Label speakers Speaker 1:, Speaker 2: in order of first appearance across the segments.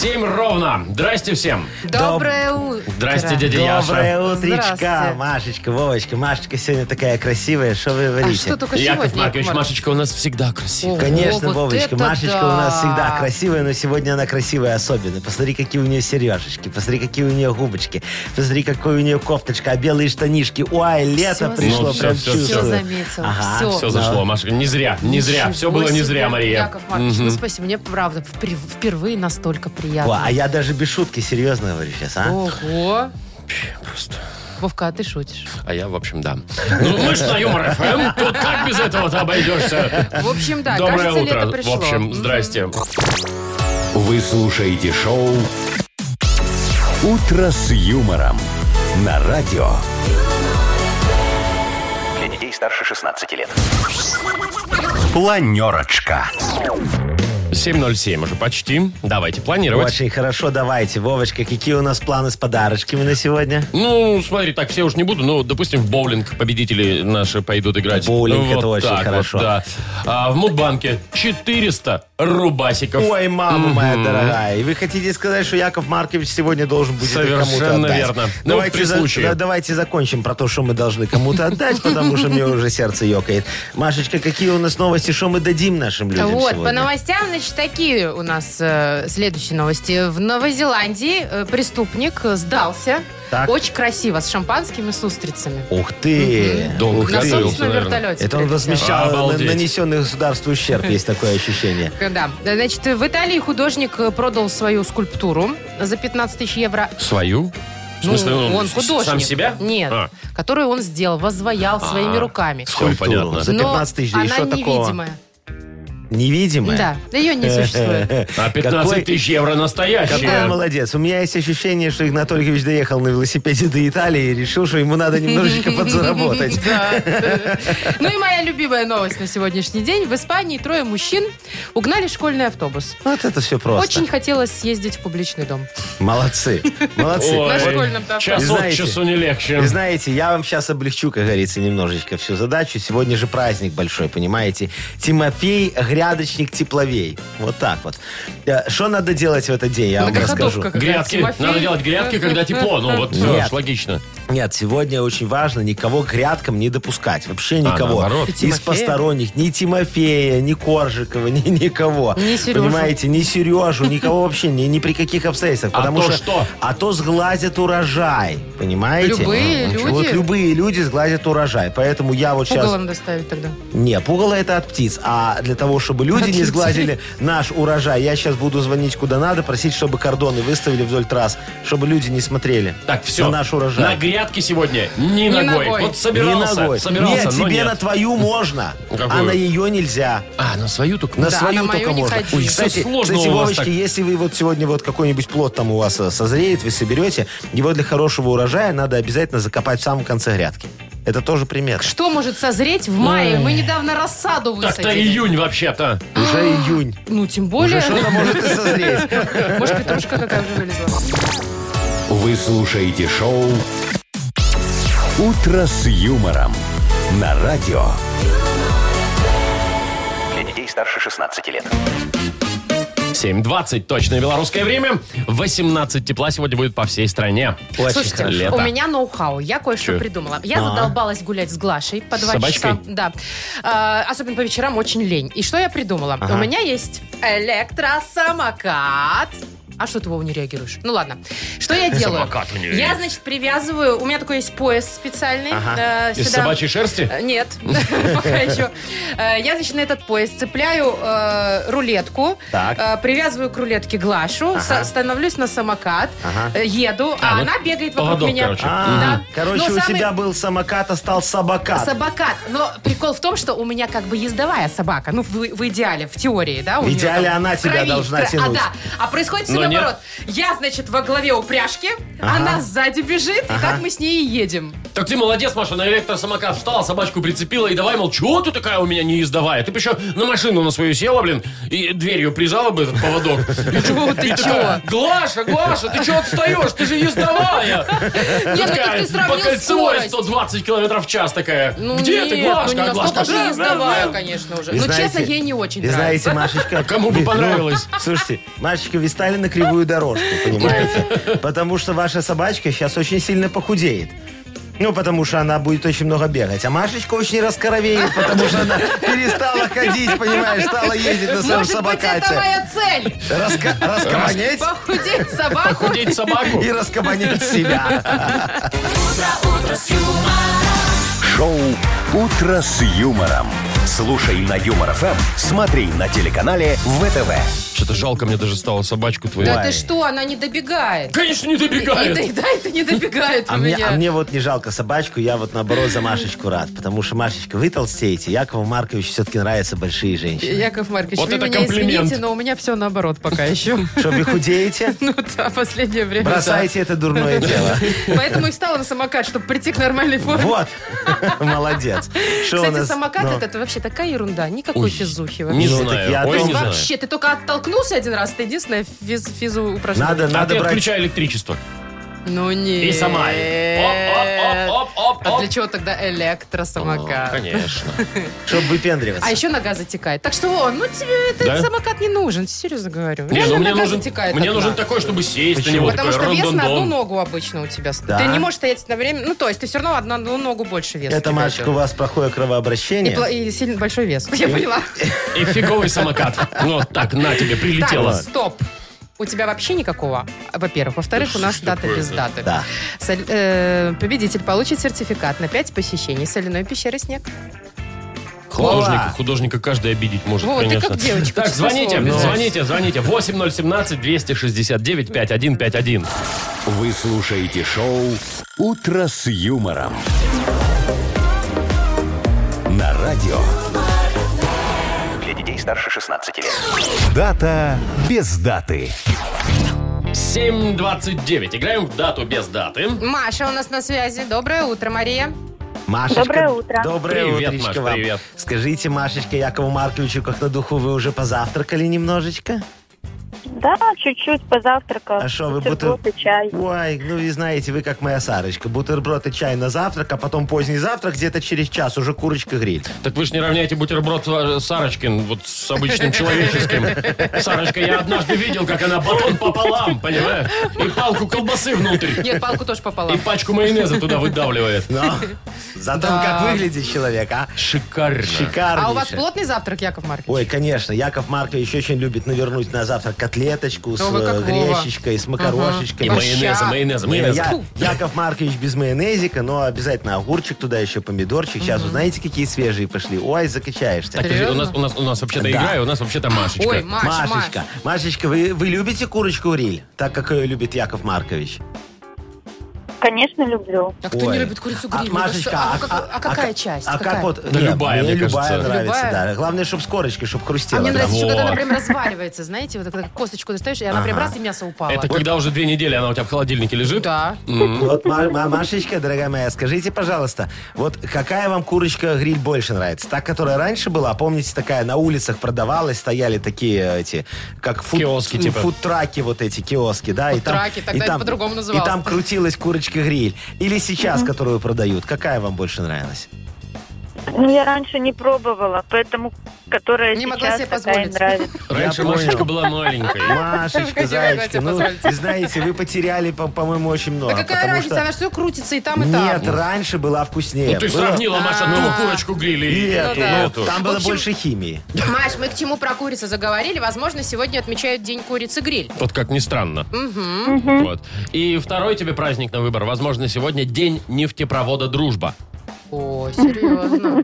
Speaker 1: 7 ровно. Здрасте всем.
Speaker 2: Доброе утро.
Speaker 1: Здрасте, дядя Яша.
Speaker 3: Доброе
Speaker 2: Здравствуйте.
Speaker 3: утречко, Машечка, Вовочка. Машечка сегодня такая красивая, что вы
Speaker 2: А
Speaker 3: говорите?
Speaker 2: что только
Speaker 1: Яков
Speaker 2: сегодня,
Speaker 1: Маркович,
Speaker 2: Яков Маркович?
Speaker 1: Машечка у нас всегда красивая.
Speaker 2: О,
Speaker 3: Конечно,
Speaker 2: вот
Speaker 3: Вовочка.
Speaker 2: это
Speaker 3: Машечка
Speaker 2: да.
Speaker 3: у нас всегда красивая, но сегодня она красивая особенно. Посмотри, какие у нее сережечки, посмотри, какие у нее губочки, посмотри, какой у нее кофточка, а белые штанишки. Ой, лето
Speaker 2: Всё
Speaker 3: пришло,
Speaker 1: заметила.
Speaker 3: прям
Speaker 1: Ну, всё, всё,
Speaker 3: чувствую.
Speaker 2: Все заметила.
Speaker 3: Ага.
Speaker 2: все.
Speaker 1: Все зашло, Машечка. Не зря, не зря. Все было не зря, Мария.
Speaker 2: Яков Маркович, ну спасибо. Мне правда впер- впервые настолько
Speaker 3: О,
Speaker 2: приятно.
Speaker 3: а я даже без шутки серьезно говорю сейчас, а?
Speaker 2: Ого.
Speaker 1: Просто.
Speaker 2: Вовка, а ты шутишь.
Speaker 1: А я, в общем, да. Ну, мы ж на Юмор ФМ. Тут как без этого-то обойдешься?
Speaker 2: В общем, да,
Speaker 1: А, Доброе
Speaker 2: кажется,
Speaker 1: утро.
Speaker 2: лето
Speaker 1: В
Speaker 2: пришло.
Speaker 1: общем, здрасте.
Speaker 4: Вы слушаете шоу «Утро с юмором» на радио. Для детей старше 16 лет. Планерочка.
Speaker 1: 7.07 уже почти. Давайте планировать.
Speaker 3: Очень хорошо, давайте. Вовочка, какие у нас планы с подарочками на сегодня?
Speaker 1: Ну, смотри, так все уж не буду, но, допустим, в боулинг победители наши пойдут играть.
Speaker 3: Боулинг это очень
Speaker 1: так вот,
Speaker 3: хорошо.
Speaker 1: да. А в Мудбанке 400 рубасиков.
Speaker 3: Ой, мама моя дорогая, и вы хотите сказать, что Яков Маркович сегодня должен будет это кому-то
Speaker 1: Совершенно
Speaker 3: отдать?
Speaker 1: верно. Ну,
Speaker 3: Давайте,
Speaker 1: при
Speaker 3: за-
Speaker 1: случае.
Speaker 3: да, давайте закончим про то, что мы должны кому-то отдать, потому что мне уже сердце ёкает. Машечка, какие у нас новости, что мы дадим нашим людям
Speaker 2: Вот,
Speaker 3: сегодня?
Speaker 2: по новостям, значит, такие у нас э, следующие новости. В Новой Зеландии э, преступник э, сдался.
Speaker 3: Так.
Speaker 2: Очень красиво, с шампанскими и с устрицами.
Speaker 3: Ух ты!
Speaker 2: Мгм.
Speaker 1: Долго
Speaker 3: Ух
Speaker 2: На
Speaker 1: готовился,
Speaker 3: ты.
Speaker 2: собственном
Speaker 1: наверное.
Speaker 2: вертолете.
Speaker 3: Это он
Speaker 2: прилетел.
Speaker 3: возмещал на-
Speaker 1: Обалдеть.
Speaker 3: нанесенный государству ущерб, есть такое ощущение.
Speaker 2: Да. Значит, в Италии художник э, продал свою скульптуру за 15 тысяч евро.
Speaker 1: Свою? В
Speaker 2: Ну,
Speaker 1: смысле, он,
Speaker 2: он
Speaker 1: с-
Speaker 2: художник.
Speaker 1: сам себя?
Speaker 2: Нет.
Speaker 1: А,
Speaker 2: Которую он сделал, возваял своими руками.
Speaker 1: Всё
Speaker 3: Скульптуру
Speaker 1: понятно.
Speaker 3: За
Speaker 2: Но
Speaker 3: 15 тысяч, да и
Speaker 2: она
Speaker 3: что такого?
Speaker 2: невидимая.
Speaker 3: Невидимая?
Speaker 2: Да, ее не существует.
Speaker 1: А 15
Speaker 3: Какой-
Speaker 1: тысяч евро
Speaker 3: Какой
Speaker 1: настоящие.
Speaker 3: он молодец. У меня есть ощущение, что Игнатольевич доехал на велосипеде до Италии и решил, что ему надо немножечко подзаработать.
Speaker 2: Да. Ну и моя любимая новость на сегодняшний день. В Испании трое мужчин угнали школьный автобус.
Speaker 3: Вот это все просто.
Speaker 2: Очень хотелось съездить в публичный дом.
Speaker 3: Молодцы. Молодцы.
Speaker 1: Ой,
Speaker 2: На школьном-то
Speaker 1: час от
Speaker 3: автобусе.
Speaker 1: часу не легче.
Speaker 3: Вы знаете, я вам сейчас облегчу, как говорится, немножечко всю задачу. Сегодня же праздник большой, понимаете? Тимофей Грядочник Тепловей. Вот так вот. Э, Что надо делать в этот день, я вам
Speaker 2: Многоходовка
Speaker 3: расскажу.
Speaker 2: какая-то.
Speaker 1: Грядки.
Speaker 2: Тимофей.
Speaker 1: Надо делать грядки, когда тепло. Ну вот,
Speaker 3: Нет.
Speaker 1: уж логично.
Speaker 3: Нет, сегодня очень важно никого к грядкам не допускать. Вообще никого.
Speaker 1: А, наоборот. И
Speaker 3: Из
Speaker 2: Тимофея?
Speaker 3: посторонних. Ни Тимофея, ни Коржикова, ни никого.
Speaker 2: Ни Сережу.
Speaker 3: Понимаете, ни Сережу, никого вообще, ни, ни при каких обстоятельствах.
Speaker 1: А
Speaker 3: потому
Speaker 1: то что?
Speaker 3: А то сглазят урожай. Понимаете?
Speaker 2: Любые люди?
Speaker 3: Вот любые люди сглазят урожай. Поэтому я вот сейчас...
Speaker 2: Пугало надо ставить тогда.
Speaker 3: Не, пугало это от птиц. А для того, чтобы люди не
Speaker 2: людей.
Speaker 3: сглазили наш урожай, я сейчас буду звонить куда надо, просить, чтобы кордоны выставили вдоль трасс, чтобы люди не смотрели
Speaker 1: Так, все.
Speaker 3: на наш урожай.
Speaker 1: На грядки сегодня ни ногой.
Speaker 2: ногой.
Speaker 1: Вот собирался.
Speaker 3: Не ногой.
Speaker 1: Собирался,
Speaker 3: нет,
Speaker 1: но
Speaker 3: тебе
Speaker 1: нет. Ну,
Speaker 3: на твою можно,
Speaker 1: Какую?
Speaker 3: а на ее нельзя.
Speaker 1: А, на свою только?
Speaker 3: На
Speaker 2: Да,
Speaker 3: свою
Speaker 2: на мою
Speaker 3: только
Speaker 2: не
Speaker 3: можно.
Speaker 2: ходи. Ой, всё
Speaker 3: кстати,
Speaker 1: сложно
Speaker 3: кстати,
Speaker 1: у вас
Speaker 3: Вовочки,
Speaker 1: так.
Speaker 3: если вы вот сегодня вот какой-нибудь плод там у вас э, созреет, вы соберете, его для хорошего урожая надо обязательно закопать в самом конце грядки. Это тоже пример.
Speaker 2: Что может созреть в мае? Мы недавно рассаду
Speaker 1: Так-то
Speaker 2: высадили.
Speaker 1: июнь вообще-то.
Speaker 2: А!
Speaker 3: Уже июнь.
Speaker 2: Ну, тем
Speaker 3: Уже
Speaker 2: более.
Speaker 3: что-то может и созреть.
Speaker 2: Может, петрушка какая уже вылезла.
Speaker 4: Вы слушаете шоу «Утро с юмором» на радио. Для детей старше 16 лет.
Speaker 1: 7.20, точное белорусское время. 18 тепла сегодня будет по всей стране.
Speaker 3: Очень
Speaker 2: Слушайте,
Speaker 3: хорошо.
Speaker 1: Лето.
Speaker 2: у меня ноу-хау. Я кое-что
Speaker 1: Чё?
Speaker 2: придумала. Я задолбалась гулять с Глашей по
Speaker 1: С
Speaker 2: два часа.
Speaker 1: собачкой?
Speaker 2: Да. А, особенно по вечерам очень лень. И что я придумала? У меня есть электросамокат. А что ты, Вова, не реагируешь? Ну ладно. Что я делаю?
Speaker 1: Самокат у неё
Speaker 2: Я,
Speaker 1: есть.
Speaker 2: значит, привязываю... У меня такой есть пояс специальный. э,
Speaker 1: Из
Speaker 2: сюда.
Speaker 1: собачьей шерсти?
Speaker 2: Э, Нет, пока еще. Э, Я, значит, на этот пояс цепляю э, рулетку,
Speaker 3: Так.
Speaker 2: э, привязываю к рулетке Глашу, со- становлюсь на самокат,
Speaker 3: Ага.
Speaker 2: э, еду,
Speaker 1: А,
Speaker 2: а
Speaker 1: ну,
Speaker 2: она бегает вокруг
Speaker 1: поводок,
Speaker 2: меня.
Speaker 1: короче.
Speaker 3: А,
Speaker 2: Да.
Speaker 3: Короче,
Speaker 2: Но
Speaker 3: у
Speaker 2: самый
Speaker 3: тебя был самокат, а стал собакат.
Speaker 2: Собакат. Но прикол в том, что у меня как бы ездовая собака. Ну, в, в идеале, в теории, да? у
Speaker 3: В
Speaker 2: неё
Speaker 3: идеале
Speaker 2: там
Speaker 3: она
Speaker 2: в
Speaker 3: тебя должна
Speaker 2: в кра-
Speaker 3: тянуть.
Speaker 2: А, да. А происходит все
Speaker 1: Но нет.
Speaker 2: наоборот. Я, значит, во главе упряжки,
Speaker 3: Ага.
Speaker 2: она сзади бежит, и так мы с ней и едем.
Speaker 1: Так ты молодец, Маша, на электросамокат встала, собачку прицепила и давай, мол, чего ты такая у меня неездовая? Ты бы еще на машину на свою села, блин, и дверью прижала бы этот поводок. И
Speaker 2: Ну, ты
Speaker 1: такая, Глаша, Глаша, ты чего отстаешь? Ты же ездовая.
Speaker 2: Нет, ну как
Speaker 1: Такая
Speaker 2: ты
Speaker 1: по
Speaker 2: сравнил
Speaker 1: кольцевой
Speaker 2: скорость?
Speaker 1: 120 километров в час такая.
Speaker 2: Ну,
Speaker 1: Где
Speaker 2: нет,
Speaker 1: ты, Глашка?
Speaker 2: Ну, не
Speaker 1: А
Speaker 2: настолько
Speaker 1: Глашка,
Speaker 2: же
Speaker 1: «Да,
Speaker 2: ездовая, конечно уже.
Speaker 3: И
Speaker 2: Ну,
Speaker 3: знаете-
Speaker 2: честно, ей не очень
Speaker 3: и
Speaker 2: нравится.
Speaker 3: знаете, Машечка...
Speaker 1: А Кому бы
Speaker 3: ну,
Speaker 1: понравилось.
Speaker 3: слушайте, Машечка, вы стали на кривую дорожку, понимаете? Потому что ваша собачка сейчас очень сильно похудеет. Ну, потому что она будет очень много бегать. А Машечка очень раскоровеет, потому что она перестала ходить, понимаешь, стала ездить на своем
Speaker 2: Может быть, это
Speaker 3: собакате.
Speaker 2: моя цель?
Speaker 3: Раска- Раскабанеть
Speaker 2: Похудеть собаку?
Speaker 1: Худеть собаку.
Speaker 3: и раскабанеть себя.
Speaker 5: а
Speaker 4: Шоу «Утро с юмором». Слушай на Юмор ФМ, смотри на телеканале ВТВ.
Speaker 1: Что-то жалко мне даже стало собачку твою.
Speaker 2: Да ты что, она не добегает.
Speaker 1: Конечно, не
Speaker 2: Не
Speaker 1: добегает.
Speaker 2: до- Да, это не добегает у
Speaker 3: А мне, а
Speaker 2: меня.
Speaker 3: мне вот не жалко собачку, я вот наоборот за Машечку рад. Потому что, Машечка, вы толстеете, Якову Марковичу все-таки нравятся большие женщины.
Speaker 2: Яков Маркович,
Speaker 1: Вот
Speaker 2: вы
Speaker 1: это
Speaker 2: меня
Speaker 1: комплимент.
Speaker 2: извините, но у меня все наоборот пока еще.
Speaker 3: Что, вы худеете?
Speaker 2: Ну да, последнее время. да.
Speaker 3: Бросайте это дурное дело.
Speaker 2: Поэтому и встала на самокат, чтобы прийти к нормальной форме.
Speaker 3: Вот. Молодец. Что у
Speaker 2: Кстати,
Speaker 3: нас?
Speaker 2: самокат
Speaker 3: Ну,
Speaker 2: это, это вообще такая ерунда. Никакой
Speaker 1: Ой,
Speaker 2: физухи
Speaker 1: Не
Speaker 2: вообще.
Speaker 3: Ну, так я
Speaker 1: знаю. Ой,
Speaker 3: тоже
Speaker 1: не знаю.
Speaker 2: вообще, ты только оттолкнулся один раз, это единственное физ, физу упражнение.
Speaker 3: Надо,
Speaker 1: А ты
Speaker 3: надо брать...
Speaker 1: отключай электричество.
Speaker 2: Ну не.
Speaker 1: И сама. Оп, оп, оп, оп,
Speaker 2: А
Speaker 1: оп.
Speaker 2: для чего тогда электросамокат?
Speaker 1: Конечно.
Speaker 3: Чтобы выпендриваться.
Speaker 2: А еще нога затекает. Так что, о, ну тебе этот
Speaker 1: Да?
Speaker 2: самокат не нужен, серьезно говорю.
Speaker 1: Не,
Speaker 2: Реально
Speaker 1: ну мне
Speaker 2: нога
Speaker 1: нужен,
Speaker 2: затекает
Speaker 1: мне
Speaker 2: от
Speaker 1: нужен
Speaker 2: ног.
Speaker 1: такой, чтобы сесть на
Speaker 3: Почему?
Speaker 1: него.
Speaker 2: Потому
Speaker 1: такой
Speaker 2: что вес на одну
Speaker 1: рон-дон-дон.
Speaker 2: ногу обычно у тебя.
Speaker 3: Да.
Speaker 2: Ты не можешь стоять на время. Ну, то есть ты все равно одна- на одну ногу больше веса. у
Speaker 3: Это,
Speaker 2: тебя
Speaker 3: Машечка, у
Speaker 2: идет.
Speaker 3: вас плохое
Speaker 2: И,
Speaker 3: кровообращение.
Speaker 2: пла- и сильно большой вес. Я поняла.
Speaker 1: И фиговый самокат. Вот так, на тебе, прилетело.
Speaker 2: Так, стоп. У тебя вообще никакого, во-первых. Во-вторых, у нас дата без даты.
Speaker 3: Да.
Speaker 2: Соль- э, победитель получит сертификат на 5 посещений соляной пещеры «Снег».
Speaker 1: Художника, художника каждый обидеть может,
Speaker 2: Вова, ты
Speaker 1: конечно.
Speaker 2: как девочка,
Speaker 1: Так,
Speaker 2: честное
Speaker 1: звоните,
Speaker 2: слово.
Speaker 1: звоните, звоните. 8017-269-5151.
Speaker 4: Вы слушаете шоу «Утро с юмором». На радио. Для детей старше 16 лет. Дата без даты.
Speaker 1: 7.29. Играем в дату без даты.
Speaker 2: Маша у нас на связи. Доброе утро, Мария.
Speaker 3: Машечка,
Speaker 6: Доброе утро.
Speaker 3: Доброе
Speaker 1: Привет,
Speaker 3: утречко
Speaker 1: Маш,
Speaker 3: вам.
Speaker 1: привет.
Speaker 3: Скажите, Машечка, Якову Марковичу, как на духу, вы уже позавтракали немножечко?
Speaker 6: Да, чуть-чуть позавтракал.
Speaker 3: А шо, вы
Speaker 6: бутерброд
Speaker 3: бутер-
Speaker 6: и чай.
Speaker 3: Ой, ну и знаете, вы как моя Сарочка. Бутерброд и чай на завтрак, а потом поздний завтрак, где-то через час уже курочка гриль.
Speaker 1: Так вы же не равняете бутерброд э, Сарочкин вот с обычным человеческим. Сарочка, я однажды видел, как она батон пополам, понимаешь? И палку колбасы внутрь.
Speaker 2: Нет, палку тоже
Speaker 1: И
Speaker 2: пополам.
Speaker 1: пачку майонеза туда выдавливает.
Speaker 3: Но зато
Speaker 2: Да.
Speaker 3: как выглядит человек, а?
Speaker 1: Шикарно.
Speaker 3: Шикарнейше.
Speaker 2: А у вас плотный завтрак, Яков Маркович?
Speaker 3: Ой, конечно, Яков Маркович очень любит навернуть на завтрак котлеточку с
Speaker 2: Ну, вы как
Speaker 3: э,
Speaker 2: Вова.
Speaker 3: гречечкой, с макарошечкой.
Speaker 1: И
Speaker 2: Вообще.
Speaker 1: майонеза, майонеза,
Speaker 3: Не,
Speaker 1: майонеза.
Speaker 3: я-
Speaker 2: Фу.
Speaker 3: Яков Маркович без майонезика, но обязательно огурчик туда еще, помидорчик. Сейчас, вы знаете, какие свежие пошли? Ой, закачаешься.
Speaker 1: Так, подожди, у нас, у нас, у нас вообще-то
Speaker 3: Да.
Speaker 1: игра, и у нас вообще-то Машечка.
Speaker 2: Ой, Маш, Маш.
Speaker 3: Машечка, Машечка, вы, вы любите курочку гриль? Так, как ее любит Яков Маркович.
Speaker 6: Конечно, люблю.
Speaker 2: А кто не
Speaker 3: Ой.
Speaker 2: любит курицу
Speaker 3: А,
Speaker 2: гриль?
Speaker 3: Машечка,
Speaker 2: а,
Speaker 3: а-
Speaker 2: как-
Speaker 3: а-
Speaker 2: а какая
Speaker 3: а-
Speaker 2: часть?
Speaker 3: А
Speaker 2: Какая?
Speaker 3: как вот...
Speaker 1: Да
Speaker 3: не,
Speaker 1: любая, мне
Speaker 3: любая
Speaker 1: кажется.
Speaker 3: нравится,
Speaker 2: Любая?
Speaker 3: да. Главное, чтобы с корочкой, чтобы
Speaker 2: А
Speaker 3: хрустела.
Speaker 2: мне нравится, что
Speaker 1: Вот.
Speaker 2: когда она прям разваливается, знаете, вот когда косточку достаешь, и она прям раз, и мясо упало.
Speaker 1: Это когда уже две недели она у тебя в холодильнике лежит?
Speaker 2: Да.
Speaker 3: Вот, Ма- Ма- Машечка, дорогая моя, скажите, пожалуйста, вот какая вам курочка гриль больше нравится? Та, которая раньше была, помните, такая на улицах продавалась, стояли такие эти, как фуд-
Speaker 1: Киоски, типа.
Speaker 3: фудтраки вот эти, киоски, да? и там-
Speaker 2: Фудтраки, тогда
Speaker 3: и
Speaker 2: это
Speaker 3: там-
Speaker 2: по-другому
Speaker 3: И
Speaker 2: называлось.
Speaker 3: там крутилась курочка гриль. Или сейчас, которую продают. Какая вам больше нравилась?
Speaker 6: Ну, я раньше не пробовала, поэтому, которая
Speaker 2: Не могла
Speaker 6: сейчас
Speaker 2: себе
Speaker 6: такая и
Speaker 2: позволить.
Speaker 6: нравится.
Speaker 1: Раньше
Speaker 3: Я понял.
Speaker 1: Машечка была маленькой.
Speaker 3: Машечка,
Speaker 2: Хотела
Speaker 3: зайчка,
Speaker 2: тебе
Speaker 3: ну,
Speaker 2: позволить.
Speaker 3: вы знаете, вы потеряли, по- по-моему, очень много.
Speaker 2: Да какая
Speaker 3: а потому
Speaker 2: разница,
Speaker 3: что-
Speaker 2: она все крутится и там, и там.
Speaker 3: Нет, раньше была вкуснее.
Speaker 1: Ну, ты
Speaker 3: Было-
Speaker 2: а,
Speaker 1: сравнила, Маша, ну, курочку грили и эту,
Speaker 3: Нету,
Speaker 1: и
Speaker 2: да.
Speaker 1: эту.
Speaker 3: Там было
Speaker 2: В общем-
Speaker 3: больше химии.
Speaker 2: Маш, мы к чему про курицу заговорили? Возможно, сегодня отмечают День курицы гриль.
Speaker 1: Вот как ни странно. Вот. И второй тебе праздник на выбор. Возможно, сегодня день нефтепровода «Дружба».
Speaker 2: О, серьезно.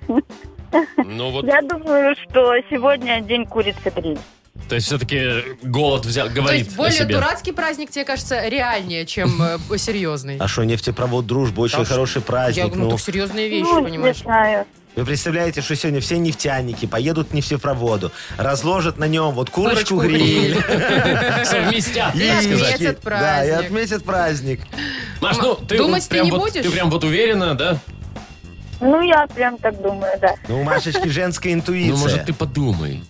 Speaker 1: Ну вот,
Speaker 6: Я думаю, что сегодня день курицы гриль.
Speaker 1: то есть все-таки голод взял,
Speaker 2: То
Speaker 1: говорит
Speaker 2: есть
Speaker 1: о
Speaker 2: более
Speaker 1: себе.
Speaker 2: дурацкий праздник, тебе кажется, реальнее, чем э, серьезный.
Speaker 3: А что, нефтепровод «Дружба» очень
Speaker 2: Так что-
Speaker 3: хороший праздник.
Speaker 2: Я
Speaker 3: ну.
Speaker 2: ну, так серьезные вещи,
Speaker 6: ну, не
Speaker 2: понимаешь?
Speaker 6: знаю.
Speaker 3: Вы представляете, что сегодня все нефтяники поедут к нефтепроводу, разложат на нем вот
Speaker 2: Курочку
Speaker 3: курочку гриль.
Speaker 1: Совместят,
Speaker 2: И
Speaker 1: так сказать.
Speaker 2: отметят
Speaker 3: Да, и
Speaker 2: праздник.
Speaker 3: отметят праздник.
Speaker 1: Маш, ну ты вот
Speaker 2: Думать ты
Speaker 1: прям
Speaker 2: не
Speaker 1: вот,
Speaker 2: будешь?
Speaker 1: Ты прям вот уверена, да?
Speaker 6: Ну, я прям так думаю, да.
Speaker 3: Ну, у Машечки женская интуиция.
Speaker 1: Ну, может, ты подумай.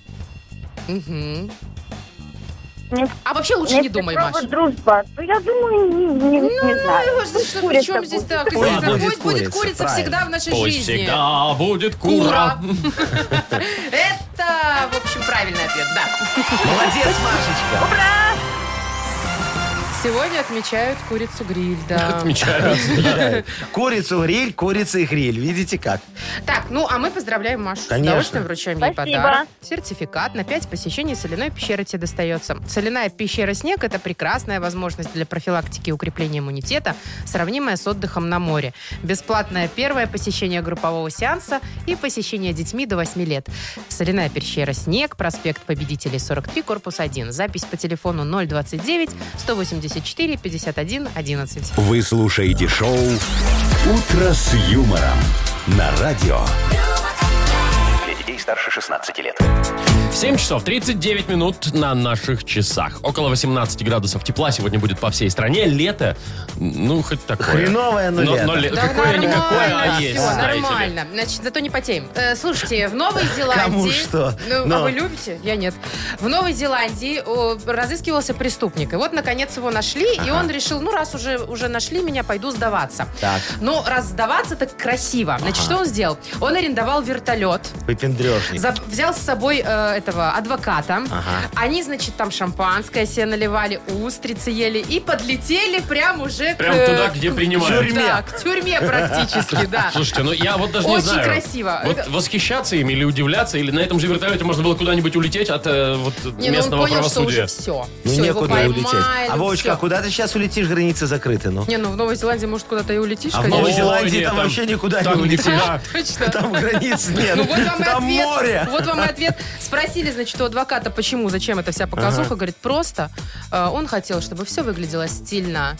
Speaker 2: Мгм.
Speaker 6: Не-
Speaker 2: А вообще лучше не
Speaker 6: Если
Speaker 2: думай,
Speaker 6: право,
Speaker 2: Маш.
Speaker 6: дружба, то я думаю, не, не, не знаю.
Speaker 2: Ну, слушай, ну, при
Speaker 6: Курица
Speaker 2: чем здесь
Speaker 6: будет.
Speaker 2: так?
Speaker 3: Пусть
Speaker 2: Естественно,
Speaker 3: будет
Speaker 2: Будет, будет
Speaker 3: курица,
Speaker 2: курица
Speaker 3: правильно.
Speaker 2: всегда в нашей
Speaker 1: Пусть
Speaker 2: жизни.
Speaker 1: всегда будет кура.
Speaker 2: Кура. Это, в общем, правильный ответ, да.
Speaker 3: Молодец, Машечка.
Speaker 2: Сегодня отмечают курицу гриль, да.
Speaker 1: Отмечают.
Speaker 3: Курицу гриль, курица и гриль. Видите как?
Speaker 2: Так, ну а мы поздравляем Машу. С
Speaker 3: Конечно.
Speaker 2: удовольствием вручаем ей
Speaker 6: Спасибо.
Speaker 2: подарок. Сертификат на 5 посещений соляной пещеры тебе достается. Соляная пещера «Снег» — это прекрасная возможность для профилактики и укрепления иммунитета, сравнимая с отдыхом на море. Бесплатное первое посещение группового сеанса и посещение детьми до 8 лет. Соляная пещера «Снег», проспект Победителей, 43, корпус 1. Запись по телефону 029-184-51-11.
Speaker 4: Вы слушаете шоу «Утро с юмором» на радио. Для детей старше 16 лет.
Speaker 1: 7 часов 39 минут на наших часах. Около 18 градусов тепла сегодня будет по всей стране. Лето, ну, хоть такое.
Speaker 3: Хреновое, но лето.
Speaker 2: Да
Speaker 1: Какое-никакое, а есть,
Speaker 2: все,
Speaker 1: знаете ли.
Speaker 2: нормально. Значит, зато не потеем. Э, слушайте, в Новой Зеландии...
Speaker 3: Кому что?
Speaker 2: Ну,
Speaker 3: Но.
Speaker 2: а вы любите? Я нет. В Новой Зеландии о, разыскивался преступник. И вот, наконец, его нашли, и он решил, ну, раз уже, уже нашли меня, пойду сдаваться.
Speaker 3: Так.
Speaker 2: Но раз сдаваться так красиво. Значит, что он сделал? Он арендовал вертолет,
Speaker 3: Выпендрежник.
Speaker 2: за- взял с собой э, этого адвоката.
Speaker 3: Ага.
Speaker 2: Они, значит, там шампанское себе наливали, устрицы ели и подлетели прям уже
Speaker 1: Прям
Speaker 2: к... э,
Speaker 1: туда, где принимают.
Speaker 2: к тюрьме. Да, к тюрьме практически, да.
Speaker 1: Слушайте, ну я вот даже не
Speaker 2: Очень
Speaker 1: знаю.
Speaker 2: красиво.
Speaker 1: Вот
Speaker 2: Это-
Speaker 1: восхищаться им или удивляться, или на этом же вертолете можно было куда-нибудь улететь от э, вот
Speaker 2: Не, ну он
Speaker 1: местного
Speaker 2: понял, что уже
Speaker 1: правосудия.
Speaker 2: все.
Speaker 3: Ну,
Speaker 2: все, его
Speaker 3: некуда
Speaker 2: поймали.
Speaker 3: улететь. А Вовочка,
Speaker 2: всё.
Speaker 3: куда ты сейчас улетишь? Границы закрыты, ну.
Speaker 2: Не, ну в Новой Зеландии, может, куда-то и улетишь,
Speaker 3: А в
Speaker 2: конечно.
Speaker 3: Новой
Speaker 1: О,
Speaker 3: Зеландии
Speaker 1: нет,
Speaker 3: там
Speaker 1: там-
Speaker 3: вообще никуда
Speaker 1: там
Speaker 3: не улетишь.
Speaker 1: никуда.
Speaker 2: Точно.
Speaker 3: Там границ нет.
Speaker 2: Ну вот вам и
Speaker 3: Там
Speaker 2: ответ.
Speaker 3: море.
Speaker 2: Вот вам и ответ. Спросили, значит, у адвоката, почему, зачем эта вся показуха. Говорит, просто э, он хотел, чтобы все выглядело стильно.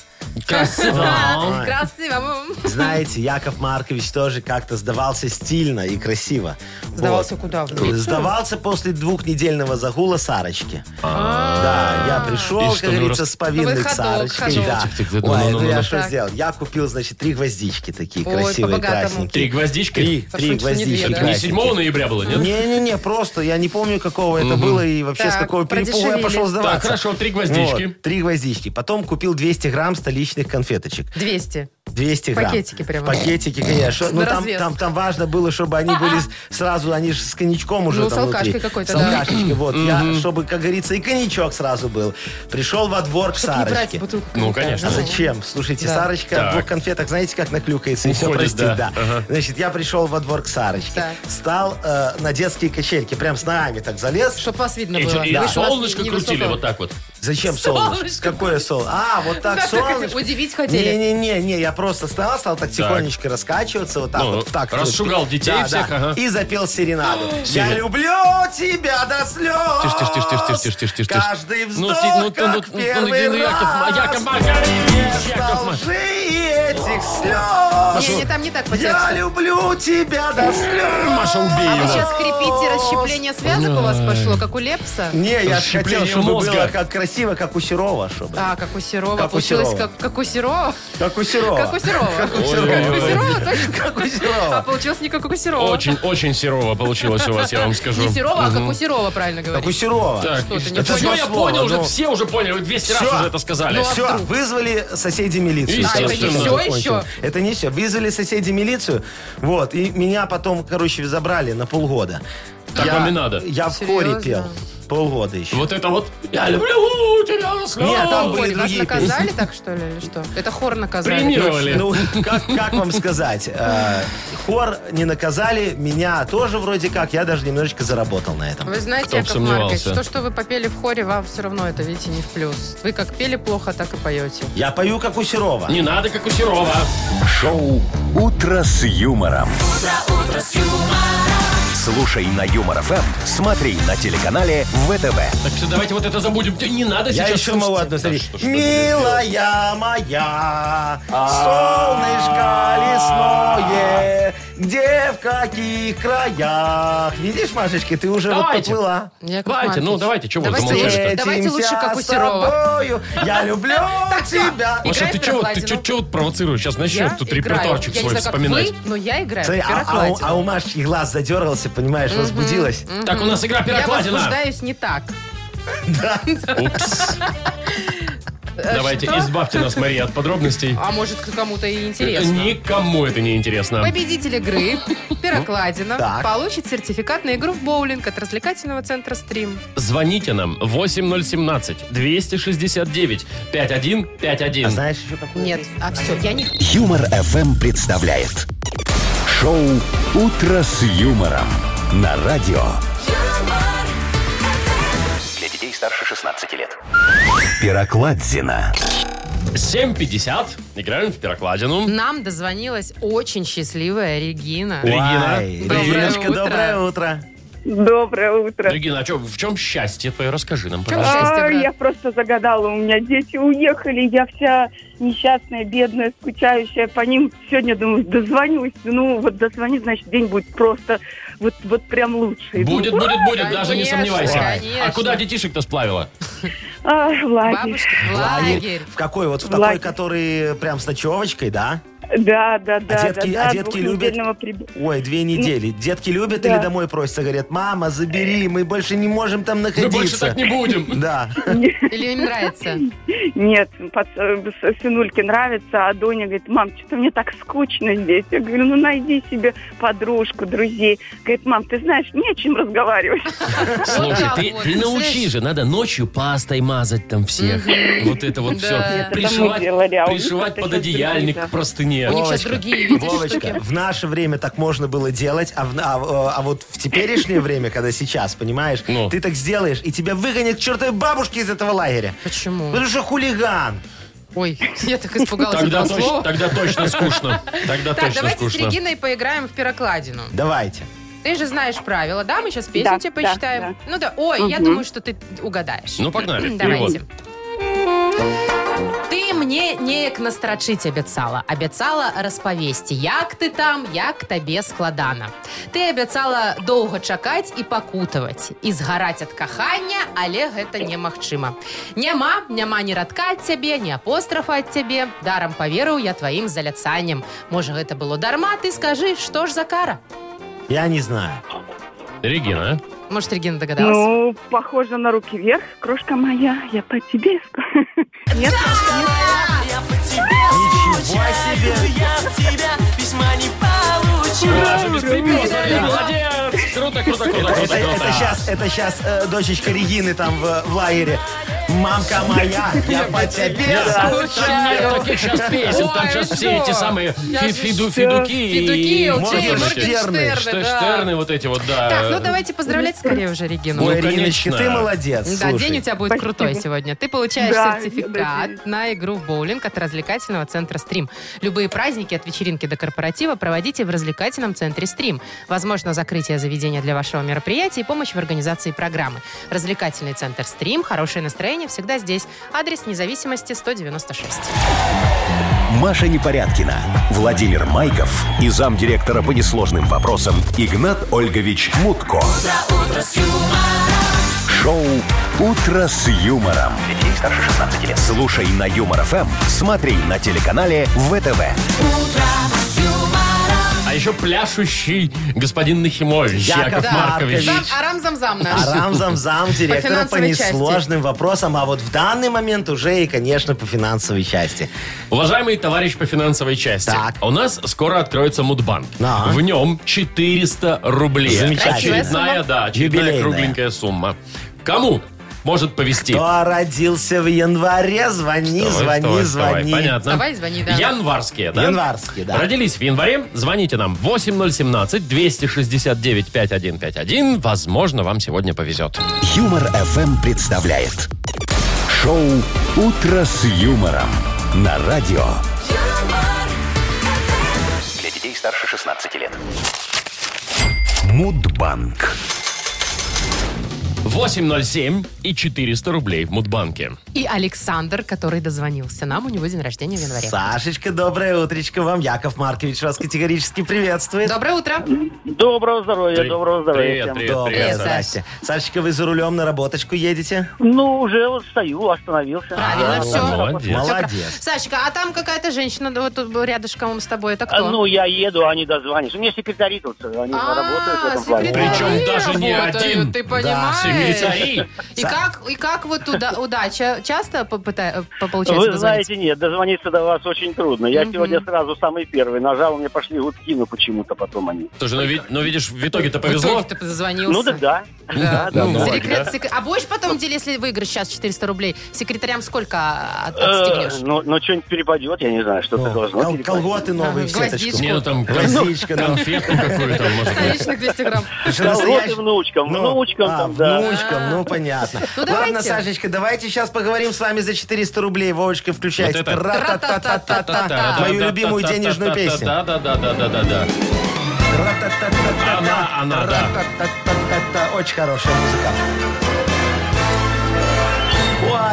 Speaker 1: Красиво.
Speaker 2: Красиво.
Speaker 3: Знаете, Яков Маркович тоже как-то сдавался стильно и красиво.
Speaker 2: Сдавался куда? В милицию?
Speaker 3: Сдавался после двухнедельного загула Сарочки. Да,
Speaker 1: А.
Speaker 3: я
Speaker 1: И
Speaker 3: пришел, как
Speaker 1: что, ну,
Speaker 3: говорится,
Speaker 1: рас-
Speaker 3: с повинной
Speaker 2: Ну,
Speaker 3: к
Speaker 2: вы ходок,
Speaker 3: Сарочке.
Speaker 2: ходок.
Speaker 3: Да.
Speaker 1: Тих, тих, тих,
Speaker 3: Ой,
Speaker 1: ну,
Speaker 3: ну
Speaker 1: ну,
Speaker 3: я
Speaker 1: ну.
Speaker 3: что
Speaker 2: Так.
Speaker 3: сделал? Я купил, значит, три гвоздички такие
Speaker 2: Ой,
Speaker 3: красивые,
Speaker 2: по-богатому.
Speaker 1: Три
Speaker 3: красненькие.
Speaker 1: гвоздички?
Speaker 3: Три,
Speaker 2: Потому
Speaker 3: три
Speaker 2: что не две,
Speaker 3: гвоздички.
Speaker 2: да?
Speaker 1: Так не 7
Speaker 3: красненькие.
Speaker 1: ноября было, нет?
Speaker 3: Не-не-не, просто я не помню, какого это было и вообще с
Speaker 2: Так,
Speaker 3: какого перепуга я
Speaker 2: продешевели.
Speaker 3: пошел сдаваться.
Speaker 1: Так, хорошо, три гвоздички.
Speaker 3: Вот, три гвоздички. Потом купил 200 грамм столичных конфеточек.
Speaker 2: 200.
Speaker 3: 200 грамм.
Speaker 2: Пакетики прямо.
Speaker 3: В Пакетики, конечно. Ну,
Speaker 2: На
Speaker 3: там,
Speaker 2: развес.
Speaker 3: там, там важно было, чтобы они были с- сразу, они же с коньячком уже
Speaker 2: Ну, с
Speaker 3: там внутри.
Speaker 2: алкашкой какой-то,
Speaker 3: С
Speaker 2: да.
Speaker 3: алкашечкой, вот. Я, чтобы, как говорится, и коньячок сразу был. Пришел во двор к
Speaker 2: Чтоб не брать
Speaker 3: Сарочке.
Speaker 2: бутылку.
Speaker 1: Ну,
Speaker 2: какую-то.
Speaker 1: конечно.
Speaker 3: А зачем? Слушайте,
Speaker 2: Да.
Speaker 3: Сарочка
Speaker 1: Так.
Speaker 3: в двух конфетах, знаете, как наклюкается и все
Speaker 1: Уходит, да.
Speaker 3: простит, да.
Speaker 1: Ага.
Speaker 3: Значит, я пришел во двор к Сарочке,
Speaker 2: Так.
Speaker 3: стал э, на детские качельки, прям с ногами так залез.
Speaker 2: Чтоб вас видно
Speaker 1: И,
Speaker 2: было.
Speaker 1: и
Speaker 2: Вы ж у нас
Speaker 1: солнышко
Speaker 2: не
Speaker 1: крутили
Speaker 2: высоко.
Speaker 1: вот так вот.
Speaker 3: Зачем солнышко?
Speaker 2: Солнышко.
Speaker 3: Какое солнышко? А, вот так
Speaker 2: Да, так это
Speaker 3: солнышко.
Speaker 2: удивить хотели.
Speaker 3: Не-не-не, не, я просто стал, стал так тихонечко раскачиваться, вот так
Speaker 1: Ну,
Speaker 3: вот. в такт.
Speaker 1: расшугал детей
Speaker 3: Да,
Speaker 1: всех,
Speaker 3: да.
Speaker 1: ага.
Speaker 3: И запел серенаду. Я
Speaker 1: Серен-
Speaker 3: люблю тебя до слез.
Speaker 1: Тише, тише, тише, тише, тише, тише, тише, тише.
Speaker 3: Каждый
Speaker 1: Ну,
Speaker 3: вздох,
Speaker 1: ти- ну, ты- ну,
Speaker 3: как
Speaker 1: ну, ну,
Speaker 3: первый
Speaker 1: ну, Яков Ма-
Speaker 3: раз.
Speaker 1: Яков Маркович, Яков Маркович.
Speaker 3: Лжи этих слез.
Speaker 2: Не, не, там не так по
Speaker 3: Я
Speaker 2: тексту.
Speaker 3: люблю тебя до слез.
Speaker 1: Маша, убей
Speaker 2: А вы
Speaker 1: его.
Speaker 2: сейчас хрипите, расщепление связок у вас пошло, как у Лепса?
Speaker 3: Не, я ж
Speaker 1: Расщепление
Speaker 3: хотел, чтобы
Speaker 1: мозга.
Speaker 3: было как красиво, как у Серова, чтобы.
Speaker 2: А, как у Серова.
Speaker 3: Как у
Speaker 2: Получилось
Speaker 3: Серова.
Speaker 2: Как, как у Серова.
Speaker 3: Как у Серова.
Speaker 2: Как у Серова. Как у
Speaker 1: Серова.
Speaker 2: Серова, точно.
Speaker 3: Как у
Speaker 2: А
Speaker 3: Серова.
Speaker 2: получилось не как у Серова.
Speaker 1: Очень, очень серово получилось у вас, я вам скажу.
Speaker 2: Не Серова, а как
Speaker 1: Мгм.
Speaker 2: у Серова, правильно
Speaker 3: Как у
Speaker 2: говорить.
Speaker 3: Серова.
Speaker 1: Так,
Speaker 2: Что ты не
Speaker 1: это
Speaker 3: понял?
Speaker 1: всё я
Speaker 3: Слово,
Speaker 1: понял, уже
Speaker 3: ну.
Speaker 1: все уже поняли, вы 200 раз
Speaker 3: Всё.
Speaker 1: уже это сказали.
Speaker 2: Ну, а-
Speaker 3: Все,
Speaker 2: вдруг?
Speaker 3: вызвали соседи милицию.
Speaker 1: Естественно. А, это не всё
Speaker 2: ещё?
Speaker 3: Это не все. Вызвали соседи милицию. Вот. И меня потом, короче, забрали на полгода.
Speaker 1: Так
Speaker 3: я,
Speaker 1: вам и надо.
Speaker 3: Я в хоре
Speaker 2: Серьезно?
Speaker 3: пел. Полгода еще.
Speaker 1: Вот это вот. Я люблю тебя, Рослав!
Speaker 3: Нет, там
Speaker 2: Ой,
Speaker 3: были
Speaker 2: вас
Speaker 3: другие
Speaker 2: наказали так, что ли, или что? Это хор наказали.
Speaker 1: Премировали.
Speaker 3: Ну, как, как вам сказать? Э, Хор не наказали, меня тоже вроде как. Я даже немножечко заработал на этом.
Speaker 2: Вы знаете,
Speaker 1: Кто б
Speaker 2: Яков
Speaker 1: сомневался.
Speaker 2: Маркович, то, что вы попели в хоре, вам все равно это, видите, не в плюс. Вы как пели плохо, так и поете.
Speaker 3: Я пою, как у Серова.
Speaker 1: Не надо, как у Серова.
Speaker 4: Шоу «Утро с юмором». Слушай на Юмор ФМ, смотри на телеканале ВТВ.
Speaker 1: Так что давайте вот это забудем. Да Не надо
Speaker 3: Я
Speaker 1: сейчас.
Speaker 3: еще
Speaker 1: слушайте.
Speaker 3: могу одну смотри.
Speaker 1: Да что ж ты будешь делать?
Speaker 3: Милая моя, солнышко лесное, Где, в каких краях? Видишь, Машечки, ты уже вот
Speaker 1: Давайте.
Speaker 3: поплыла.
Speaker 2: Яков
Speaker 1: Давайте, ну
Speaker 2: Маркович,
Speaker 1: давайте, чего вы
Speaker 2: давайте
Speaker 1: замолчали?
Speaker 2: лучше- Давайте
Speaker 3: Встретимся
Speaker 2: лучше, как у
Speaker 3: с
Speaker 2: Серова.
Speaker 3: тобою. Я люблю тебя.
Speaker 2: И-
Speaker 1: Маша,
Speaker 2: Играет
Speaker 1: ты чего ты
Speaker 2: Прохладину.
Speaker 1: чё- чё вот провоцируешь? Сейчас начнешь
Speaker 2: Я
Speaker 1: тут
Speaker 2: играю.
Speaker 1: репертуарчик
Speaker 2: Я не
Speaker 1: свой
Speaker 2: знаю, как
Speaker 1: вспоминать.
Speaker 2: вы, но я играю в
Speaker 3: Смотри, а, а у-
Speaker 2: пирокладину.
Speaker 3: а у Машечки глаз задергался, понимаешь, возбудилась. А
Speaker 1: Так, у нас игра
Speaker 2: Я
Speaker 1: пирокладина.
Speaker 2: возбуждаюсь не так.
Speaker 1: Упс. Давайте,
Speaker 2: Э, что?
Speaker 1: избавьте нас, Мария, от подробностей.
Speaker 2: А может, к кому-то
Speaker 1: Э,
Speaker 2: и интересно.
Speaker 1: Никому это не интересно.
Speaker 2: Победитель игры «Пирокладина»
Speaker 3: Так.
Speaker 2: получит сертификат на игру в боулинг от развлекательного центра «Стрим».
Speaker 1: Звоните нам 8017-269-5151.
Speaker 3: А знаешь еще какую?
Speaker 2: Нет, а все, я не...
Speaker 4: Юмор FM представляет шоу Утро с юмором на радио.
Speaker 5: юмор,
Speaker 7: Для детей старше 16 лет.
Speaker 4: Пирокладзина.
Speaker 1: 7.50. Играем в пирокладину.
Speaker 2: Нам дозвонилась очень счастливая Регина.
Speaker 1: Регина.
Speaker 3: Ай,
Speaker 2: Доброе
Speaker 3: Региночка,
Speaker 2: утро.
Speaker 3: доброе утро.
Speaker 6: Доброе утро.
Speaker 1: Регина, а чё, в чем счастье твое? Расскажи нам,
Speaker 2: чем
Speaker 1: пожалуйста.
Speaker 2: счастье,
Speaker 6: А,
Speaker 2: брат?
Speaker 6: я просто загадала, у меня дети уехали, я вся несчастная, бедная, скучающая по ним. Сегодня думаю, дозвонюсь, ну вот дозвонюсь, значит, день будет просто вот, вот прям Ну, лучше.
Speaker 1: Будет, будет, будет, даже не
Speaker 2: ну, Конечно,
Speaker 1: сомневайся.
Speaker 2: конечно.
Speaker 1: А куда детишек-то сплавила?
Speaker 6: А, ладно.
Speaker 2: Бабушка, в лагерь.
Speaker 3: В какой? Вот в
Speaker 6: В
Speaker 3: такой,
Speaker 6: лагерь.
Speaker 3: который прям с ночевочкой, да?
Speaker 6: Да, да, да.
Speaker 3: детки-
Speaker 6: да,
Speaker 3: а
Speaker 6: да,
Speaker 3: детки
Speaker 6: двухнедельного приби-
Speaker 3: Ой, две недели. Детки любят
Speaker 6: Да.
Speaker 3: или домой просятся? Говорят, мама, забери, мы больше не можем там
Speaker 1: Мы
Speaker 3: находиться.
Speaker 1: больше так не будем.
Speaker 3: Да.
Speaker 2: Или им нравится?
Speaker 6: Нет, под- э, с- сынульке нравится, а Доня говорит, мам, что-то мне так скучно здесь. Я говорю, ну найди себе подружку, друзей. Говорит, мам, ты знаешь, не о чем разговаривать.
Speaker 1: Слушай,
Speaker 2: да,
Speaker 1: ты,
Speaker 2: вот,
Speaker 1: ты научи
Speaker 2: слышишь?
Speaker 1: же, надо ночью пастой мазать там всех. Вот это вот
Speaker 2: Да.
Speaker 1: все.
Speaker 2: Это
Speaker 6: мы
Speaker 1: Пришивать,
Speaker 6: делали, а у них
Speaker 1: пришивать
Speaker 6: это
Speaker 1: под
Speaker 6: сейчас
Speaker 1: одеяльник
Speaker 6: другие,
Speaker 1: к
Speaker 6: да.
Speaker 1: простыне.
Speaker 2: У них сейчас
Speaker 3: Вовочка,
Speaker 2: другие, видишь,
Speaker 3: Вовочка,
Speaker 2: штуки.
Speaker 3: в наше время так можно было делать, а, в, на- а, э, а вот в теперешнее время, когда сейчас, понимаешь,
Speaker 1: Ну.
Speaker 3: ты так сделаешь, и тебя выгонят к чертовой бабушке из этого лагеря.
Speaker 2: Почему?
Speaker 3: Потому что хулиган.
Speaker 2: Ой, я так испугалась
Speaker 1: Тогда
Speaker 2: этого
Speaker 1: точно,
Speaker 2: слова.
Speaker 1: тогда точно скучно. Тогда
Speaker 2: Так,
Speaker 1: точно
Speaker 2: давайте с
Speaker 1: скучно.
Speaker 2: Региной поиграем в пирокладину.
Speaker 3: Давайте.
Speaker 2: Ты же знаешь правила, да? Мы сейчас песню
Speaker 6: Да,
Speaker 2: тебе
Speaker 6: да,
Speaker 2: почитаем.
Speaker 6: да.
Speaker 2: Ну да, ой, я
Speaker 6: Мгм.
Speaker 2: думаю, что ты угадаешь.
Speaker 1: Ну, погнали.
Speaker 2: Давайте.
Speaker 1: Перевод.
Speaker 2: Ты мне неяк настрачыць абяцала абяцала распавесці як ты там як табе складана ты абяцала доўга чакаць і пакутаваць і згараць ад кахання але гэта немагчыма няма няма ні радка ад цябе ні апострафа ад цябе дарам поверыў я тваім заляцаннем можа гэта было дарма ты скажы што ж за кара
Speaker 3: Я не знаю.
Speaker 1: Регина,
Speaker 2: может Регина догадалась
Speaker 6: Ну, похоже на руки вверх. Крошка моя, я по тебе. ск- Нет?
Speaker 5: я по тебе скучаю, я от тебя письма не
Speaker 1: Даша,
Speaker 5: получу.
Speaker 1: без прибила, смотри, а? молодец! Круто, круто, круто,
Speaker 3: Это,
Speaker 1: круто, круто.
Speaker 3: сейчас, это сейчас дочечка Регины там в, в лагере. Мамка моя, я по тебе
Speaker 1: Нет, там нет
Speaker 3: скучаю.
Speaker 1: таких сейчас песен, там
Speaker 2: Ой,
Speaker 1: сейчас
Speaker 2: вы
Speaker 1: все
Speaker 2: что?
Speaker 1: эти самые
Speaker 2: Сейчас
Speaker 1: фи-
Speaker 2: же
Speaker 1: фиду-
Speaker 2: всё.
Speaker 1: фидуки и
Speaker 2: Федуки,
Speaker 3: Моргенштерны.
Speaker 2: Элджей, Моргенштерны,
Speaker 1: Ште-
Speaker 2: да.
Speaker 1: Штерны вот эти вот, да.
Speaker 2: так ну давайте поздравлять скорее уже Регину
Speaker 1: Ой,
Speaker 3: Ой, Риночка,
Speaker 1: конечно.
Speaker 3: ты молодец.
Speaker 2: Да,
Speaker 3: слушай.
Speaker 2: день у тебя будет
Speaker 6: Спасибо.
Speaker 2: крутой сегодня. Ты получаешь
Speaker 6: Да, я
Speaker 2: сертификат
Speaker 6: надеюсь.
Speaker 2: на игру в боулинг от развлекательного центра «Стрим». Любые праздники от вечеринки до корпоратива проводите в развлекательном центре «Стрим». Возможно, закрытие заведения для вашего мероприятия и помощь в организации программы. Развлекательный центр «Стрим». Хорошее настроение всегда здесь. Адрес независимости 196.
Speaker 4: Маша Непорядкина, Владимир Майков и замдиректора по несложным вопросам Игнат Ольгович Мутко. Шоу Утро с юмором. Детей старше 16 лет. Слушай на юмор ФМ, смотри на телеканале ВТВ.
Speaker 1: А еще пляшущий господин Нахимович,
Speaker 3: Яков
Speaker 1: Яков Маркович.
Speaker 2: Зам, арам-зам-зам
Speaker 3: а
Speaker 2: наш.
Speaker 3: Арам-зам-зам, директора по
Speaker 2: финансовой части.
Speaker 3: несложным вопросам, а вот в данный момент уже и, конечно, по финансовой части.
Speaker 1: Уважаемый товарищ по финансовой части,
Speaker 3: Так.
Speaker 1: у нас скоро откроется Мудбанк.
Speaker 3: Да.
Speaker 1: В нем 400 рублей.
Speaker 3: Замечательно.
Speaker 1: Очередная, да, очередная
Speaker 3: Юбилейная.
Speaker 1: кругленькая сумма. Кому может повести?
Speaker 3: Кто родился в январе, звони, звони, звони.
Speaker 1: Понятно.
Speaker 2: Вставай, звони, да.
Speaker 1: Январские, да?
Speaker 3: Январские, да.
Speaker 1: Родились в январе, звоните нам 8017-269-5151. Возможно, вам сегодня повезет.
Speaker 4: Юмор ФМ представляет шоу Утро с юмором на радио.
Speaker 5: Юмор,
Speaker 7: Для детей старше 16 лет.
Speaker 4: Мудбанк.
Speaker 1: 807 и 400 рублей в Мудбанке.
Speaker 2: И Александр, который дозвонился нам, у него день рождения в январе.
Speaker 3: Сашечка, доброе утречко вам. Яков Маркович вас категорически приветствует.
Speaker 2: Доброе утро.
Speaker 8: Доброго здоровья,
Speaker 1: При-
Speaker 8: доброго здоровья
Speaker 1: привет,
Speaker 8: всем.
Speaker 1: привет.
Speaker 3: Доброе,
Speaker 2: привет,
Speaker 3: здрасте. Сашечка, вы за рулем на работочку едете?
Speaker 8: Ну, уже вот стою, остановился.
Speaker 2: Правильно,
Speaker 3: А,
Speaker 2: все.
Speaker 1: молодец.
Speaker 3: Молодец.
Speaker 2: Сашечка, а там какая-то женщина да, вот тут рядышком с тобой, это
Speaker 8: А,
Speaker 2: кто?
Speaker 8: Ну, я еду, они дозвонятся. У меня секретари тут, э, они
Speaker 2: А,
Speaker 8: работают в этом плане.
Speaker 2: секретари
Speaker 1: Причем даже не
Speaker 2: работают,
Speaker 1: один.
Speaker 2: Ты
Speaker 1: Да,
Speaker 2: понимаешь?
Speaker 1: секретари.
Speaker 2: И как, и как вот туда, удача часто попыта- по- получается
Speaker 8: Вы
Speaker 2: дозвониться?
Speaker 8: знаете, нет, дозвониться до вас очень трудно. Я
Speaker 2: Мгм.
Speaker 8: сегодня сразу самый первый нажал, мне пошли гудки, но почему-то потом они.
Speaker 1: Тоже, ну, ви- ну, видишь, в итоге-то
Speaker 2: В
Speaker 1: повезло.
Speaker 2: итоге ты позвонился.
Speaker 8: Ну, да, да.
Speaker 2: Да.
Speaker 8: да,
Speaker 1: Ну,
Speaker 8: да.
Speaker 1: ладно.
Speaker 2: Секрет- сек- А будешь потом, деле, если выиграешь сейчас 400 рублей, секретарям сколько от-
Speaker 8: Э,
Speaker 2: отстегнешь?
Speaker 8: Ну, ну, что-нибудь перепадет, я не знаю, что-то
Speaker 3: О,
Speaker 8: должно
Speaker 3: кол-
Speaker 8: перепасть.
Speaker 3: колготы новые в
Speaker 2: Ага,
Speaker 3: сеточку.
Speaker 2: гвоздички.
Speaker 1: Не, ну там
Speaker 3: Гвоздичка, да.
Speaker 1: конфетку какую там, может быть.
Speaker 2: Столичных 200 грамм.
Speaker 3: Ты же
Speaker 8: Колготы
Speaker 3: настоящий-
Speaker 8: внучкам,
Speaker 3: Ну,
Speaker 8: внучкам
Speaker 3: а,
Speaker 8: там, да.
Speaker 3: внучкам, ну понятно.
Speaker 2: Ну,
Speaker 3: Ладно,
Speaker 2: давайте.
Speaker 3: Сашечка, давайте сейчас поговорим с вами за 400 рублей. Вовочка, включайте.
Speaker 1: Вот это.
Speaker 3: Тра-та-та-та-та-та. Твою любимую денежную песню.
Speaker 1: Да, да, да, да, да, да, да.
Speaker 3: Тра-та-та-та-та-та.
Speaker 1: Она, она, да.
Speaker 3: Тра-та-та-та-та-та. Очень хорошая музыка.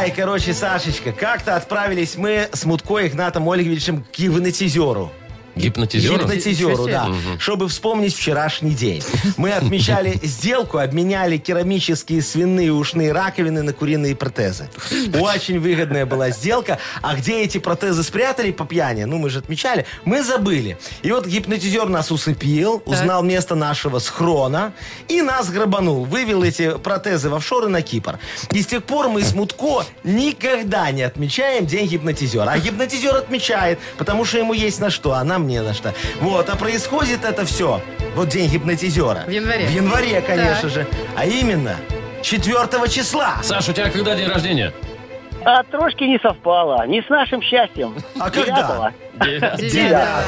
Speaker 3: Ой, короче, Сашечка, как-то отправились мы с Мутко Игнатом Ольговичем к гипнотизеру.
Speaker 1: Гипнотизер?
Speaker 3: Гипнотизеру,
Speaker 2: Ничего
Speaker 3: да. Чтобы вспомнить вчерашний день. Мы отмечали сделку, обменяли керамические свиные ушные раковины на куриные протезы. Очень выгодная была сделка. А где эти протезы спрятали по пьяни, ну мы же отмечали, мы забыли. И вот гипнотизер нас усыпил, узнал место нашего схрона и нас грабанул. Вывел эти протезы в офшоры на Кипр. И с тех пор мы с Мутко никогда не отмечаем день гипнотизера. А гипнотизер отмечает, потому что ему есть на что, а нам не на что. Вот, а происходит это все. Вот день гипнотизера.
Speaker 2: В январе.
Speaker 3: В январе, конечно
Speaker 2: Так.
Speaker 3: же. А именно 4 числа.
Speaker 1: Саш, у тебя когда день рождения?
Speaker 8: А трошки не совпало, не с нашим счастьем.
Speaker 3: А когда?
Speaker 8: Девятого.
Speaker 2: Девятого.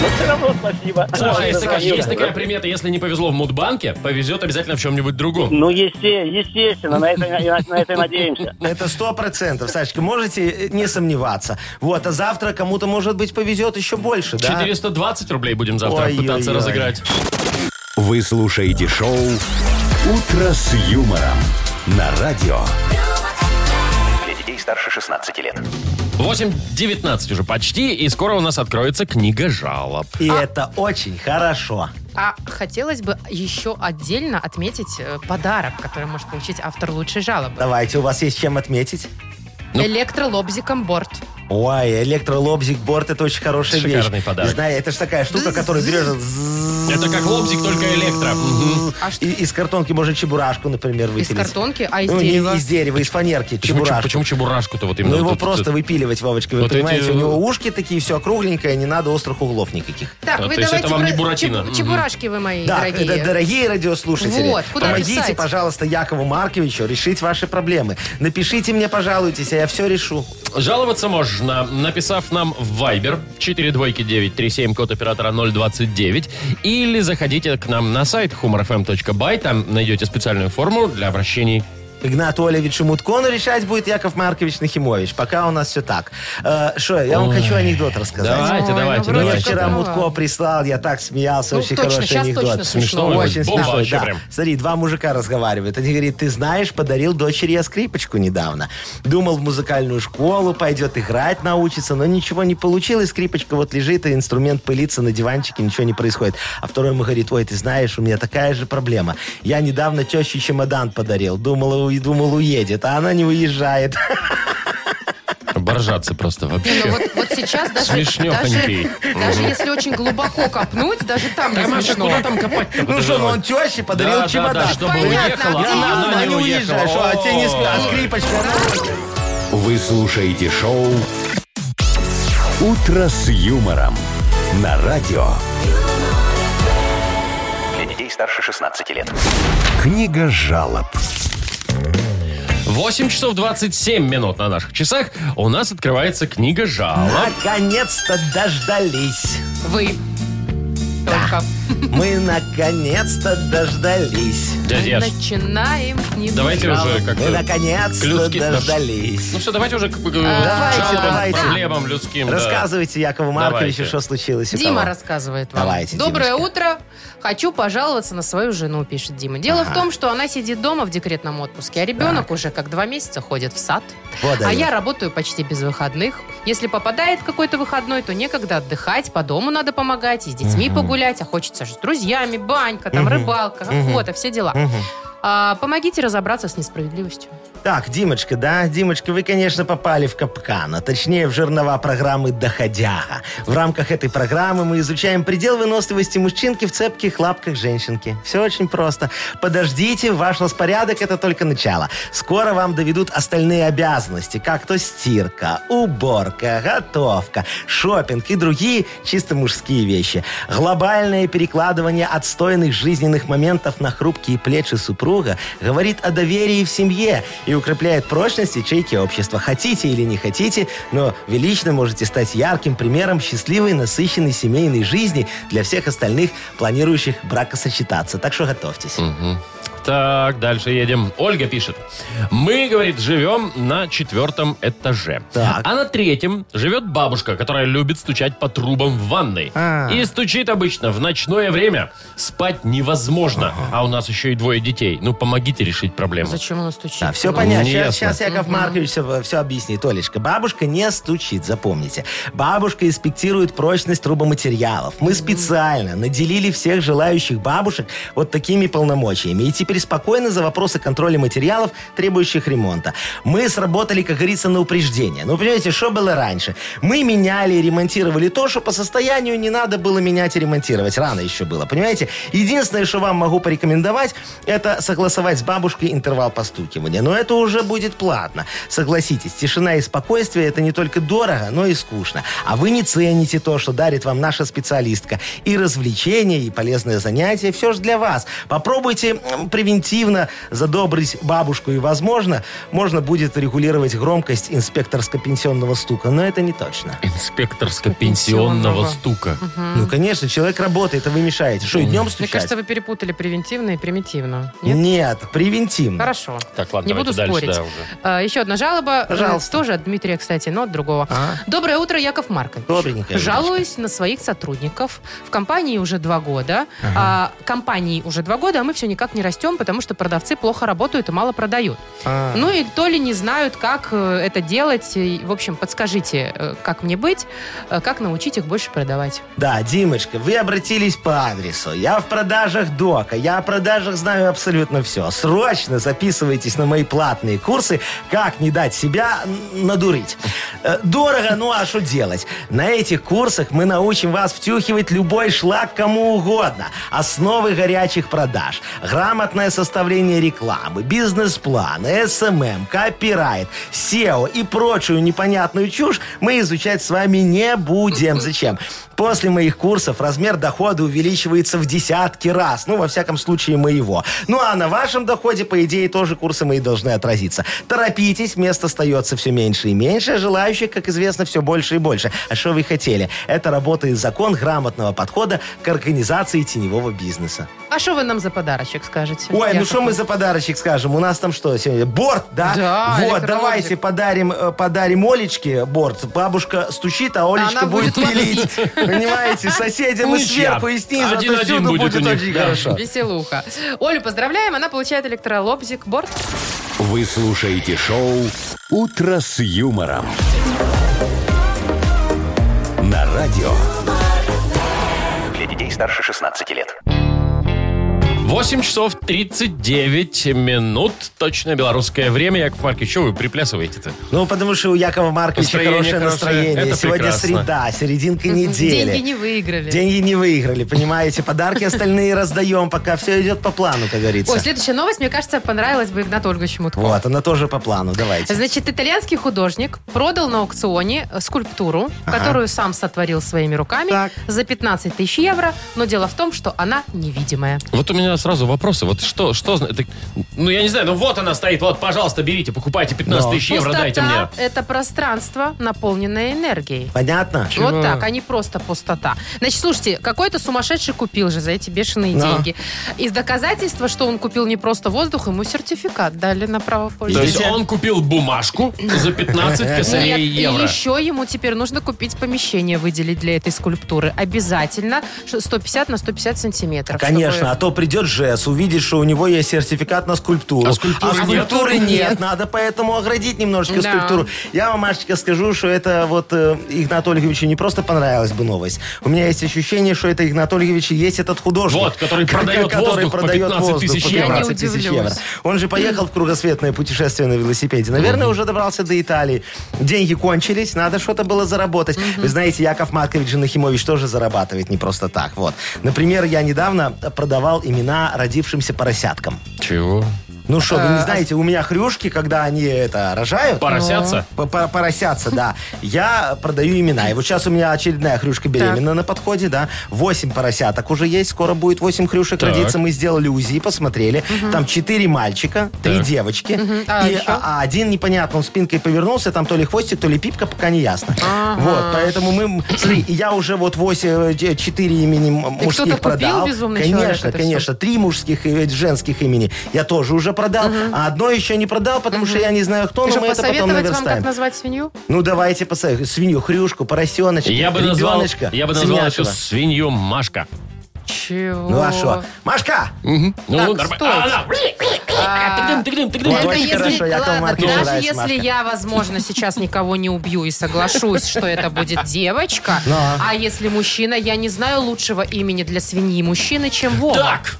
Speaker 8: Но все Ну, равно спасибо.
Speaker 1: Саша, есть такая,
Speaker 8: Позвонил.
Speaker 1: есть такая примета, если не повезло в Мудбанке, повезет обязательно в чем-нибудь другом.
Speaker 8: Ну, есте- естественно, на это, на- на это надеемся.
Speaker 3: Это сто процентов, Сашечка, можете э, не сомневаться. Вот, а завтра кому-то, может быть, повезет еще больше, да?
Speaker 1: 420 рублей будем завтра
Speaker 3: Ой-ой-ой.
Speaker 1: пытаться разыграть.
Speaker 4: Вы слушаете шоу «Утро с юмором» на радио.
Speaker 7: Для детей старше 16 лет.
Speaker 1: 8.19 уже почти, и скоро у нас откроется книга жалоб.
Speaker 3: И это очень хорошо.
Speaker 2: А хотелось бы еще отдельно отметить э, подарок, который может получить автор лучшей жалобы.
Speaker 3: Давайте, у вас есть чем отметить?
Speaker 1: Ну.
Speaker 2: Электролобзиком борт.
Speaker 3: Ой, электролобзик борт это очень хорошая
Speaker 1: Шикарный
Speaker 3: вещь.
Speaker 1: подарок.
Speaker 3: Знаете, это же такая штука, которую берешь. зззз,
Speaker 1: Это как лобзик, только электро. Мгм.
Speaker 2: А что
Speaker 3: и- из картонки можно чебурашку, например,
Speaker 2: из
Speaker 3: выпилить.
Speaker 2: картонки, а из
Speaker 3: Ну, не
Speaker 2: дерева?
Speaker 3: из дерева, из фанерки,
Speaker 1: Почему,
Speaker 3: чебурашку.
Speaker 1: почему чебурашку-то вот именно?
Speaker 3: Ну, его
Speaker 1: вот это-
Speaker 3: просто выпиливать, Вовочка, вы
Speaker 1: Вот эти-
Speaker 3: понимаете, у него ушки такие, все округленькое, не надо острых углов никаких.
Speaker 2: Так,
Speaker 1: А,
Speaker 2: вы
Speaker 1: то есть это
Speaker 2: давайте
Speaker 1: вам
Speaker 2: про-
Speaker 1: не Буратино.
Speaker 2: чебу-
Speaker 1: Мгм.
Speaker 2: Чебурашки вы мои
Speaker 3: Да, э,
Speaker 2: дорогие.
Speaker 3: да, дорогие радиослушатели,
Speaker 2: Вот, куда
Speaker 3: помогите,
Speaker 2: писать?
Speaker 3: пожалуйста, Якову Марковичу решить ваши проблемы. Напишите мне, пожалуйтесь, а я все решу.
Speaker 1: Жаловаться можно, написав нам в Viber 42937, код оператора 029, или заходите к нам на сайт humorfm.by, там найдете специальную форму для обращений.
Speaker 3: Игнат Олевичу Мутко, но решать будет Яков Маркович Нахимович. Пока у нас все так. Что, я вам хочу анекдот рассказать.
Speaker 1: Давайте,
Speaker 2: Ой,
Speaker 1: давайте,
Speaker 2: ну,
Speaker 3: Мне
Speaker 2: вроде
Speaker 1: давайте.
Speaker 3: вчера
Speaker 2: как
Speaker 3: Мутко прислал, я так смеялся,
Speaker 2: Ну,
Speaker 3: очень
Speaker 2: точно,
Speaker 3: хороший
Speaker 2: щас
Speaker 3: анекдот.
Speaker 2: точно смешно.
Speaker 1: Смешной,
Speaker 3: Очень
Speaker 1: бомба
Speaker 3: смешной,
Speaker 1: вообще
Speaker 3: да.
Speaker 1: прям.
Speaker 3: Смотри, два мужика разговаривают. Один говорит, ты знаешь, подарил дочери я скрипочку недавно. Думал в музыкальную школу, пойдет играть, научится, но ничего не получилось. Скрипочка вот лежит, и инструмент пылится на диванчике, ничего не происходит. А второй ему говорит, ой, ты знаешь, у меня такая же проблема. Я недавно теще чемодан подарил. Думал, у- думал уедет, а она не уезжает.
Speaker 1: Боржаться просто
Speaker 2: Не, ну
Speaker 1: вообще.
Speaker 2: вот, вот сейчас даже,
Speaker 1: Смешнёхонький.
Speaker 2: даже, даже если очень глубоко копнуть, даже там не
Speaker 1: Там вообще
Speaker 2: смешно.
Speaker 1: куда там копать-то?
Speaker 3: Ну что, ну он теще подарил
Speaker 1: Да, да, да,
Speaker 3: чемодан.
Speaker 1: чтобы
Speaker 2: Понятно,
Speaker 1: уехала,
Speaker 2: где
Speaker 1: а
Speaker 3: Она не уезжает, что, а тебе не ск- а скрипочка.
Speaker 4: Вы слушаете шоу «Утро с юмором» на радио.
Speaker 7: Для детей старше 16 лет.
Speaker 4: Книга жалоб.
Speaker 1: 8 часов 27 минут на наших часах. У нас открывается книга жалоб.
Speaker 3: Наконец-то дождались.
Speaker 2: Вы. Только Яков.
Speaker 3: Мы наконец-то дождались.
Speaker 1: Дядя Яш,
Speaker 2: Начинаем не
Speaker 1: давайте уже
Speaker 3: Мы
Speaker 1: как-то...
Speaker 3: наконец-то
Speaker 1: Клюцки дож-
Speaker 3: дождались.
Speaker 1: Ну все, давайте уже к, к- к
Speaker 3: Э, давайте,
Speaker 1: жалобам,
Speaker 3: давайте.
Speaker 1: проблемам людским. да.
Speaker 3: Рассказывайте Якову Марковичу,
Speaker 1: Давайте.
Speaker 3: что случилось. и
Speaker 2: Дима
Speaker 3: кого.
Speaker 2: рассказывает вам.
Speaker 3: Давайте,
Speaker 2: Доброе
Speaker 3: Димочка.
Speaker 2: утро. Хочу пожаловаться на свою жену, пишет Дима. Дело в том, что она сидит дома в декретном отпуске, а ребенок уже как два месяца ходит в сад.
Speaker 3: Вот
Speaker 2: а
Speaker 3: они.
Speaker 2: я работаю почти без выходных. Если попадает какой-то выходной, то некогда отдыхать, по дому надо помогать, и с детьми погулять, а хочется же с друзьями, банька, там
Speaker 3: Мгм.
Speaker 2: рыбалка,
Speaker 3: Мгм.
Speaker 2: охота, все дела.
Speaker 3: Мгм.
Speaker 2: А, помогите разобраться с несправедливостью.
Speaker 3: Так, Димочка, да? Димочка, вы, конечно, попали в капкан, а точнее в жернова программы «Доходяга». В рамках этой программы мы изучаем предел выносливости мужчинки в цепких лапках женщинки. Все очень просто. Подождите, ваш распорядок – это только начало. Скоро вам доведут остальные обязанности, как то стирка, уборка, готовка, шопинг и другие чисто мужские вещи. Глобальное перекладывание отстойных жизненных моментов на хрупкие плечи супруга говорит о доверии в семье и укрепляет прочность ячейки общества. Хотите или не хотите, но вы лично можете стать ярким примером счастливой, насыщенной семейной жизни для всех остальных, планирующих бракосочетаться. Так что готовьтесь.
Speaker 1: Так, дальше едем. Ольга пишет. Мы, говорит, живем на четвертом этаже.
Speaker 3: Так.
Speaker 1: А на третьем живет бабушка, которая любит стучать по трубам в ванной.
Speaker 3: А.
Speaker 1: И стучит обычно в ночное время. Спать невозможно. А у нас еще и двое детей. Ну, помогите решить проблему.
Speaker 2: Зачем она стучит?
Speaker 3: Да, все
Speaker 2: Ну,
Speaker 3: понятно.
Speaker 1: не
Speaker 3: Сейчас,
Speaker 1: ясно.
Speaker 3: Яков Маркович все, объяснит. Олечка, бабушка не стучит, запомните. Бабушка инспектирует прочность трубоматериалов. Мы специально наделили всех желающих бабушек вот такими полномочиями. И теперь спокойно за вопросы контроля материалов, требующих ремонта. Мы сработали, как говорится, на упреждение. Ну, понимаете, что было раньше? Мы меняли и ремонтировали то, что по состоянию не надо было менять и ремонтировать. Рано еще было, понимаете? Единственное, что вам могу порекомендовать, это согласовать с бабушкой интервал постукивания. Но это уже будет платно. Согласитесь, тишина и спокойствие это не только дорого, но и скучно. А вы не цените то, что дарит вам наша специалистка. И развлечения, и полезное занятие, все же для вас. Попробуйте м, превентивно задобрить бабушку, и, возможно, можно будет регулировать громкость инспекторско-пенсионного стука. Но это не точно.
Speaker 1: Инспекторско-пенсионного
Speaker 2: Пенсионного. Хм.
Speaker 1: стука.
Speaker 3: Ну, конечно, человек работает, а вы мешаете. Что, и днем
Speaker 2: Мне
Speaker 3: стучать?
Speaker 2: кажется, вы перепутали превентивно и примитивно. Нет?
Speaker 3: Нет, превентивно.
Speaker 2: Хорошо.
Speaker 1: Так, ладно,
Speaker 2: Не
Speaker 1: давайте
Speaker 2: буду
Speaker 1: дальше.
Speaker 2: спорить.
Speaker 1: да, уже.
Speaker 2: А, Еще одна жалоба.
Speaker 3: Пожалуйста.
Speaker 2: Э, Тоже от Дмитрия, кстати, но от другого.
Speaker 3: А?
Speaker 2: Доброе утро, Яков Маркович.
Speaker 3: Добренькая
Speaker 2: Жалуюсь на своих сотрудников. В компании уже два года. А, компании уже два года, а мы все никак не растем, потому что продавцы плохо работают и мало продают.
Speaker 3: А.
Speaker 2: Ну и то ли не знают, как э, это делать. И, в общем, подскажите, э, как мне быть, э, как научить их больше продавать.
Speaker 3: Да, Димочка, вы обратились по адресу. Я в продажах Дока, я о продажах знаю абсолютно все. Срочно записывайтесь на мои платные курсы «Как не дать себя н- надурить». Э, Дорого, ну а что делать? На этих курсах мы научим вас втюхивать любой шлак кому угодно. Основы горячих продаж, грамотное составление рекламы, бизнес-планы, СММ, копирайт, SEO и прочую непонятную чушь мы изучать с вами не будем. Зачем? После моих курсов размер дохода увеличивается в десятки раз. Ну, во всяком случае, моего. Ну, а на вашем доходе, по идее, тоже курсы мои должны отразиться. Торопитесь, мест остается все меньше и меньше, а желающих, как известно, все больше и больше. А что вы хотели? Это работает закон грамотного подхода к организации теневого бизнеса.
Speaker 2: А что вы нам за подарочек скажете?
Speaker 3: Ой, ну
Speaker 2: Яков
Speaker 3: что мы за подарочек скажем? У нас там что сегодня? Борт, да?
Speaker 2: Да,
Speaker 3: Вот,
Speaker 2: электровозик.
Speaker 3: давайте подарим, э, подарим Олечке борт. Бабушка стучит, а Олечка
Speaker 2: она
Speaker 3: будет
Speaker 2: будет
Speaker 3: пилить. Понимаете, соседям и
Speaker 1: Ничья.
Speaker 3: сверху, и снизу. а то
Speaker 1: Один-один
Speaker 3: всюду
Speaker 1: будет у
Speaker 3: будет
Speaker 1: них,
Speaker 3: очень
Speaker 1: да.
Speaker 3: хорошо.
Speaker 2: Веселуха. Олю поздравляем, она получает электролобзик борт.
Speaker 4: Вы слушаете шоу «Утро с юмором». На радио.
Speaker 7: Для детей старше 16 лет.
Speaker 1: 8 часов 39 минут. Точное белорусское время. Яков Маркович, что вы приплясываете-то?
Speaker 3: Ну, потому что у Якова Марковича
Speaker 1: Настроение
Speaker 3: хорошее
Speaker 1: хорошее.
Speaker 3: настроение.
Speaker 1: Это
Speaker 3: Сегодня
Speaker 1: прекрасно.
Speaker 3: среда, серединка недели.
Speaker 2: Деньги не выиграли.
Speaker 3: Деньги не выиграли, понимаете? Подарки остальные раздаем, пока все идет по плану, как говорится.
Speaker 2: Ой, следующая новость, мне кажется, понравилась бы Игнату Ольговичу Мутко.
Speaker 3: Вот, она тоже по плану, давайте.
Speaker 2: Значит, итальянский художник продал на аукционе э, скульптуру, которую сам сотворил своими руками,
Speaker 3: Так.
Speaker 2: за 15 тысяч евро, но дело в том, что она невидимая.
Speaker 1: Вот у меня сразу вопросы. Вот что, что... зна- это- ну, я не знаю, ну вот она стоит. Вот, пожалуйста, берите, покупайте 15 тысяч евро, дайте мне.
Speaker 2: Пустота – это пространство, наполненное энергией.
Speaker 3: Понятно?
Speaker 2: Вот так, они просто пустота. Значит, слушайте, какой-то сумасшедший купил же за эти бешеные
Speaker 3: Да.
Speaker 2: деньги. Из доказательства, что он купил не просто воздух, ему сертификат дали на
Speaker 1: То
Speaker 2: право
Speaker 1: есть
Speaker 2: пользования.
Speaker 3: Видите?
Speaker 1: он купил бумажку за
Speaker 2: Ну,
Speaker 1: 15
Speaker 2: Нет,
Speaker 1: косарей
Speaker 2: и
Speaker 1: евро.
Speaker 2: еще ему теперь нужно купить помещение, выделить для этой скульптуры. Обязательно ш- 150 на 150 сантиметров.
Speaker 3: Конечно,
Speaker 2: чтобы-
Speaker 3: а то придет ЖЭС, увидит, что у него есть сертификат на скульптуру.
Speaker 1: А скульптуры нет.
Speaker 3: скульптуры нет.
Speaker 2: Нет.
Speaker 3: надо поэтому оградить немножечко
Speaker 2: Да.
Speaker 3: скульптуру. Я вам, Машечка, скажу, что это вот э, Игнату Ольговичу не просто понравилась бы новость. У меня есть ощущение, что это Игнат Ольгович и есть этот художник.
Speaker 1: Вот, который продает
Speaker 3: который
Speaker 1: воздух по
Speaker 3: продает
Speaker 1: 15
Speaker 3: воздух
Speaker 1: тысяч
Speaker 3: по
Speaker 1: евро.
Speaker 3: 15 тысяч
Speaker 2: Я не
Speaker 3: евро.
Speaker 2: удивлюсь.
Speaker 3: Он же поехал в кругосветное путешествие на велосипеде. Наверное, уже добрался до Италии. Деньги кончились, надо что-то было заработать. Вы знаете, Яков Маркович Нахимович тоже зарабатывает не просто так. Вот. Например, я недавно продавал имена родившимся поросяткам.
Speaker 1: Чего?
Speaker 3: Ну что, вы не знаете, у меня хрюшки, когда они это рожают,
Speaker 1: Поросятся?
Speaker 3: по- по- Поросятся, да. Я продаю имена. И вот сейчас у меня очередная хрюшка беременна на подходе, да. Восемь поросяток уже есть. Скоро будет восемь хрюшек
Speaker 1: Так.
Speaker 3: родиться. Мы сделали УЗИ, посмотрели. Там четыре мальчика, три
Speaker 1: Так.
Speaker 3: девочки.
Speaker 2: А
Speaker 3: И-
Speaker 2: еще?
Speaker 3: а, а один непонятно, он спинкой повернулся, там то ли хвостик, то ли пипка, пока не ясно. Вот, поэтому мы... Смотри, и я уже вот восемь, э, четыре имени м-
Speaker 2: И
Speaker 3: мужских
Speaker 2: кто-то купил,
Speaker 3: продал.
Speaker 2: безумный человек,
Speaker 3: конечно,
Speaker 2: это
Speaker 3: конечно. Что три мужских и ведь женских имени я тоже уже продал, а одно еще не продал, потому что я не знаю кто,
Speaker 2: Ты
Speaker 3: но
Speaker 2: что,
Speaker 3: мы это потом
Speaker 2: посоветовать вам, как
Speaker 3: наверстаем.
Speaker 2: назвать свинью?
Speaker 3: Ну давайте посоветуем. Свинью, хрюшку, поросеночка,
Speaker 2: Ну,
Speaker 1: Я бы назвал,
Speaker 3: ребеночка,
Speaker 1: я бы назвал еще
Speaker 3: свинячего.
Speaker 1: свинью Машка.
Speaker 2: Чего?
Speaker 3: Ну а что? Машка!
Speaker 1: Ну,
Speaker 2: Так,
Speaker 1: нормально.
Speaker 2: стойте.
Speaker 1: А, она- Тыгдым, тыгдым, тыгдым.
Speaker 3: Вот
Speaker 2: Это
Speaker 3: Ну, а очень
Speaker 2: если,
Speaker 3: хорошо, Якову
Speaker 2: ладно,
Speaker 3: Марковичу
Speaker 2: даже
Speaker 3: нравится
Speaker 2: если
Speaker 3: Машка.
Speaker 2: я, возможно, сейчас никого не убью и соглашусь, что это будет девочка,
Speaker 3: Да.
Speaker 2: а если мужчина, я не знаю лучшего имени для свиньи мужчины, чем Вова.
Speaker 1: Так,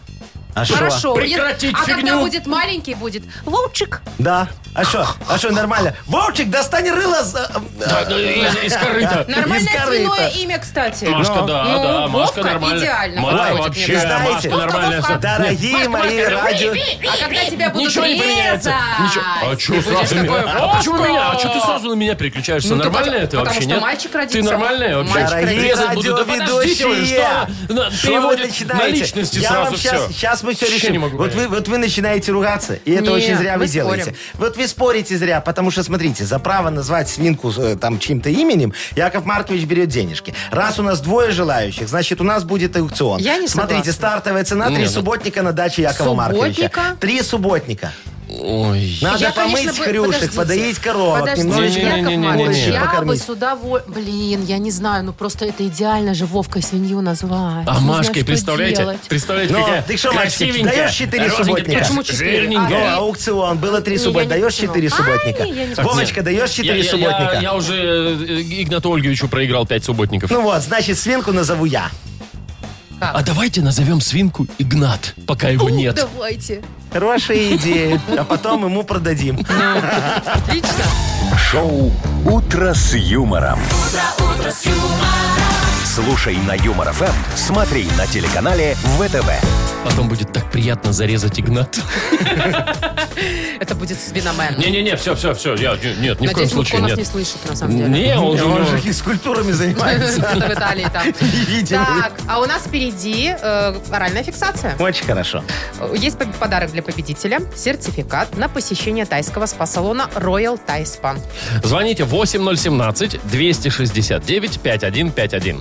Speaker 3: А что?
Speaker 2: Хорошо. будет-
Speaker 1: Прекратить
Speaker 2: а когда
Speaker 1: фигню.
Speaker 2: будет маленький, будет Вовчик.
Speaker 3: Да. А что? А что, нормально? Вовчик, достань рыло э, за-
Speaker 1: да, да, из из корыта.
Speaker 3: Из
Speaker 2: Нормальное
Speaker 3: корыта.
Speaker 2: свиное имя, кстати.
Speaker 1: Машка,
Speaker 3: Ну,
Speaker 1: да,
Speaker 2: ну,
Speaker 1: да, Машка
Speaker 2: Вовка
Speaker 1: нормально.
Speaker 2: идеально
Speaker 1: Ма-
Speaker 2: подходит,
Speaker 1: вообще,
Speaker 2: мне
Speaker 3: кажется.
Speaker 1: Машка
Speaker 3: Вовка,
Speaker 1: нормальная.
Speaker 2: Вовка.
Speaker 3: Дорогие мои радио...
Speaker 2: А когда тебя будут
Speaker 1: Ничего не поменяется. Ничего. А что сразу меня? А почему меня? А что ты сразу на меня переключаешься?
Speaker 2: Ну, так
Speaker 1: Нормально
Speaker 2: это-
Speaker 1: это
Speaker 2: потому
Speaker 1: вообще,
Speaker 2: что
Speaker 1: нет?
Speaker 2: мальчик
Speaker 1: Ты
Speaker 2: родится.
Speaker 1: нормальная вообще?
Speaker 2: Мальчик
Speaker 3: Дорогие
Speaker 1: Резать буду. Да подождите вы,
Speaker 3: радиоведущие!
Speaker 1: что? вы? На-
Speaker 3: Что вы
Speaker 1: Переводит на
Speaker 3: начинаете?
Speaker 1: личности
Speaker 3: Я
Speaker 1: сразу
Speaker 3: вам сейчас,
Speaker 1: все.
Speaker 3: сейчас мы все
Speaker 1: Вообще
Speaker 3: решим.
Speaker 1: не могу
Speaker 3: вот, вы,
Speaker 1: понять.
Speaker 3: вот вы начинаете ругаться, и это
Speaker 2: Не,
Speaker 3: очень зря вы
Speaker 2: мы спорим.
Speaker 3: делаете. Вот вы спорите зря, потому что, смотрите, за право назвать свинку э, там чьим-то именем Яков Маркович берет денежки. Раз у нас двое желающих, значит, у нас будет аукцион.
Speaker 2: Я не согласна.
Speaker 3: Смотрите, стартовая цена
Speaker 1: Не,
Speaker 3: три
Speaker 1: ну-
Speaker 3: субботника на даче Якова
Speaker 2: Субботника?
Speaker 3: Марковича. Три субботника.
Speaker 1: Ой.
Speaker 3: Надо
Speaker 2: Я,
Speaker 3: помыть
Speaker 2: конечно, бы-
Speaker 3: хрюшек,
Speaker 2: подождите.
Speaker 3: подоить коровок,
Speaker 2: Подождите,
Speaker 3: немножечко
Speaker 2: Яков
Speaker 1: Не-не-не-не-не-не.
Speaker 2: Маркович,
Speaker 3: курочек
Speaker 2: я бы
Speaker 3: покормить.
Speaker 2: с удовольствием... Блин, я не знаю, ну просто это идеально же Вовкой свинью назвать.
Speaker 1: А
Speaker 2: Не знаю,
Speaker 1: Машкой,
Speaker 2: что
Speaker 1: представляете?
Speaker 2: делать.
Speaker 1: Представляете,
Speaker 3: Ну,
Speaker 1: какая
Speaker 3: ты что, Машечка,
Speaker 1: красивенькая,
Speaker 3: даешь четыре
Speaker 1: розовенькая,
Speaker 3: субботника?
Speaker 2: Почему четыре?
Speaker 3: Ну,
Speaker 1: Жирненькая.
Speaker 2: А,
Speaker 3: аукцион. Было три
Speaker 2: Не, я
Speaker 3: субботника.
Speaker 2: не
Speaker 3: Даешь
Speaker 2: потянула.
Speaker 3: четыре
Speaker 2: А,
Speaker 3: субботника.
Speaker 2: не, я не
Speaker 3: Вовочка, даешь
Speaker 1: Я-
Speaker 3: четыре
Speaker 1: я- Я
Speaker 3: субботника.
Speaker 1: я уже э, Игнату Ольговичу проиграл 5 субботников.
Speaker 3: Ну вот, значит, свинку назову я.
Speaker 2: Как?
Speaker 1: А давайте назовем свинку Игнат, пока его нет.
Speaker 2: Ну, Давайте.
Speaker 3: Хорошая идея. А потом ему продадим.
Speaker 2: Отлично.
Speaker 4: Шоу «Утро с юмором». Слушай на Юмор ФМ, смотри на телеканале ВТВ.
Speaker 1: Потом будет так приятно зарезать Игнат.
Speaker 2: Это будет свиномен.
Speaker 1: Не-не-не, все, все, все. Я, не- нет, ни в коем
Speaker 2: Надеюсь, Мутко
Speaker 1: случае
Speaker 2: нас
Speaker 1: нет.
Speaker 2: не слышит, на самом деле.
Speaker 1: Не, он же... у
Speaker 3: Он
Speaker 1: него-
Speaker 3: же их скульптурами занимается.
Speaker 2: в Италии там.
Speaker 3: Видимо.
Speaker 2: Так, а у нас впереди э, оральная фиксация.
Speaker 3: Очень хорошо.
Speaker 2: Есть поб- подарок для победителя. Сертификат на посещение тайского спа-салона Royal Thai Spa.
Speaker 1: Звоните 8017-269-5151.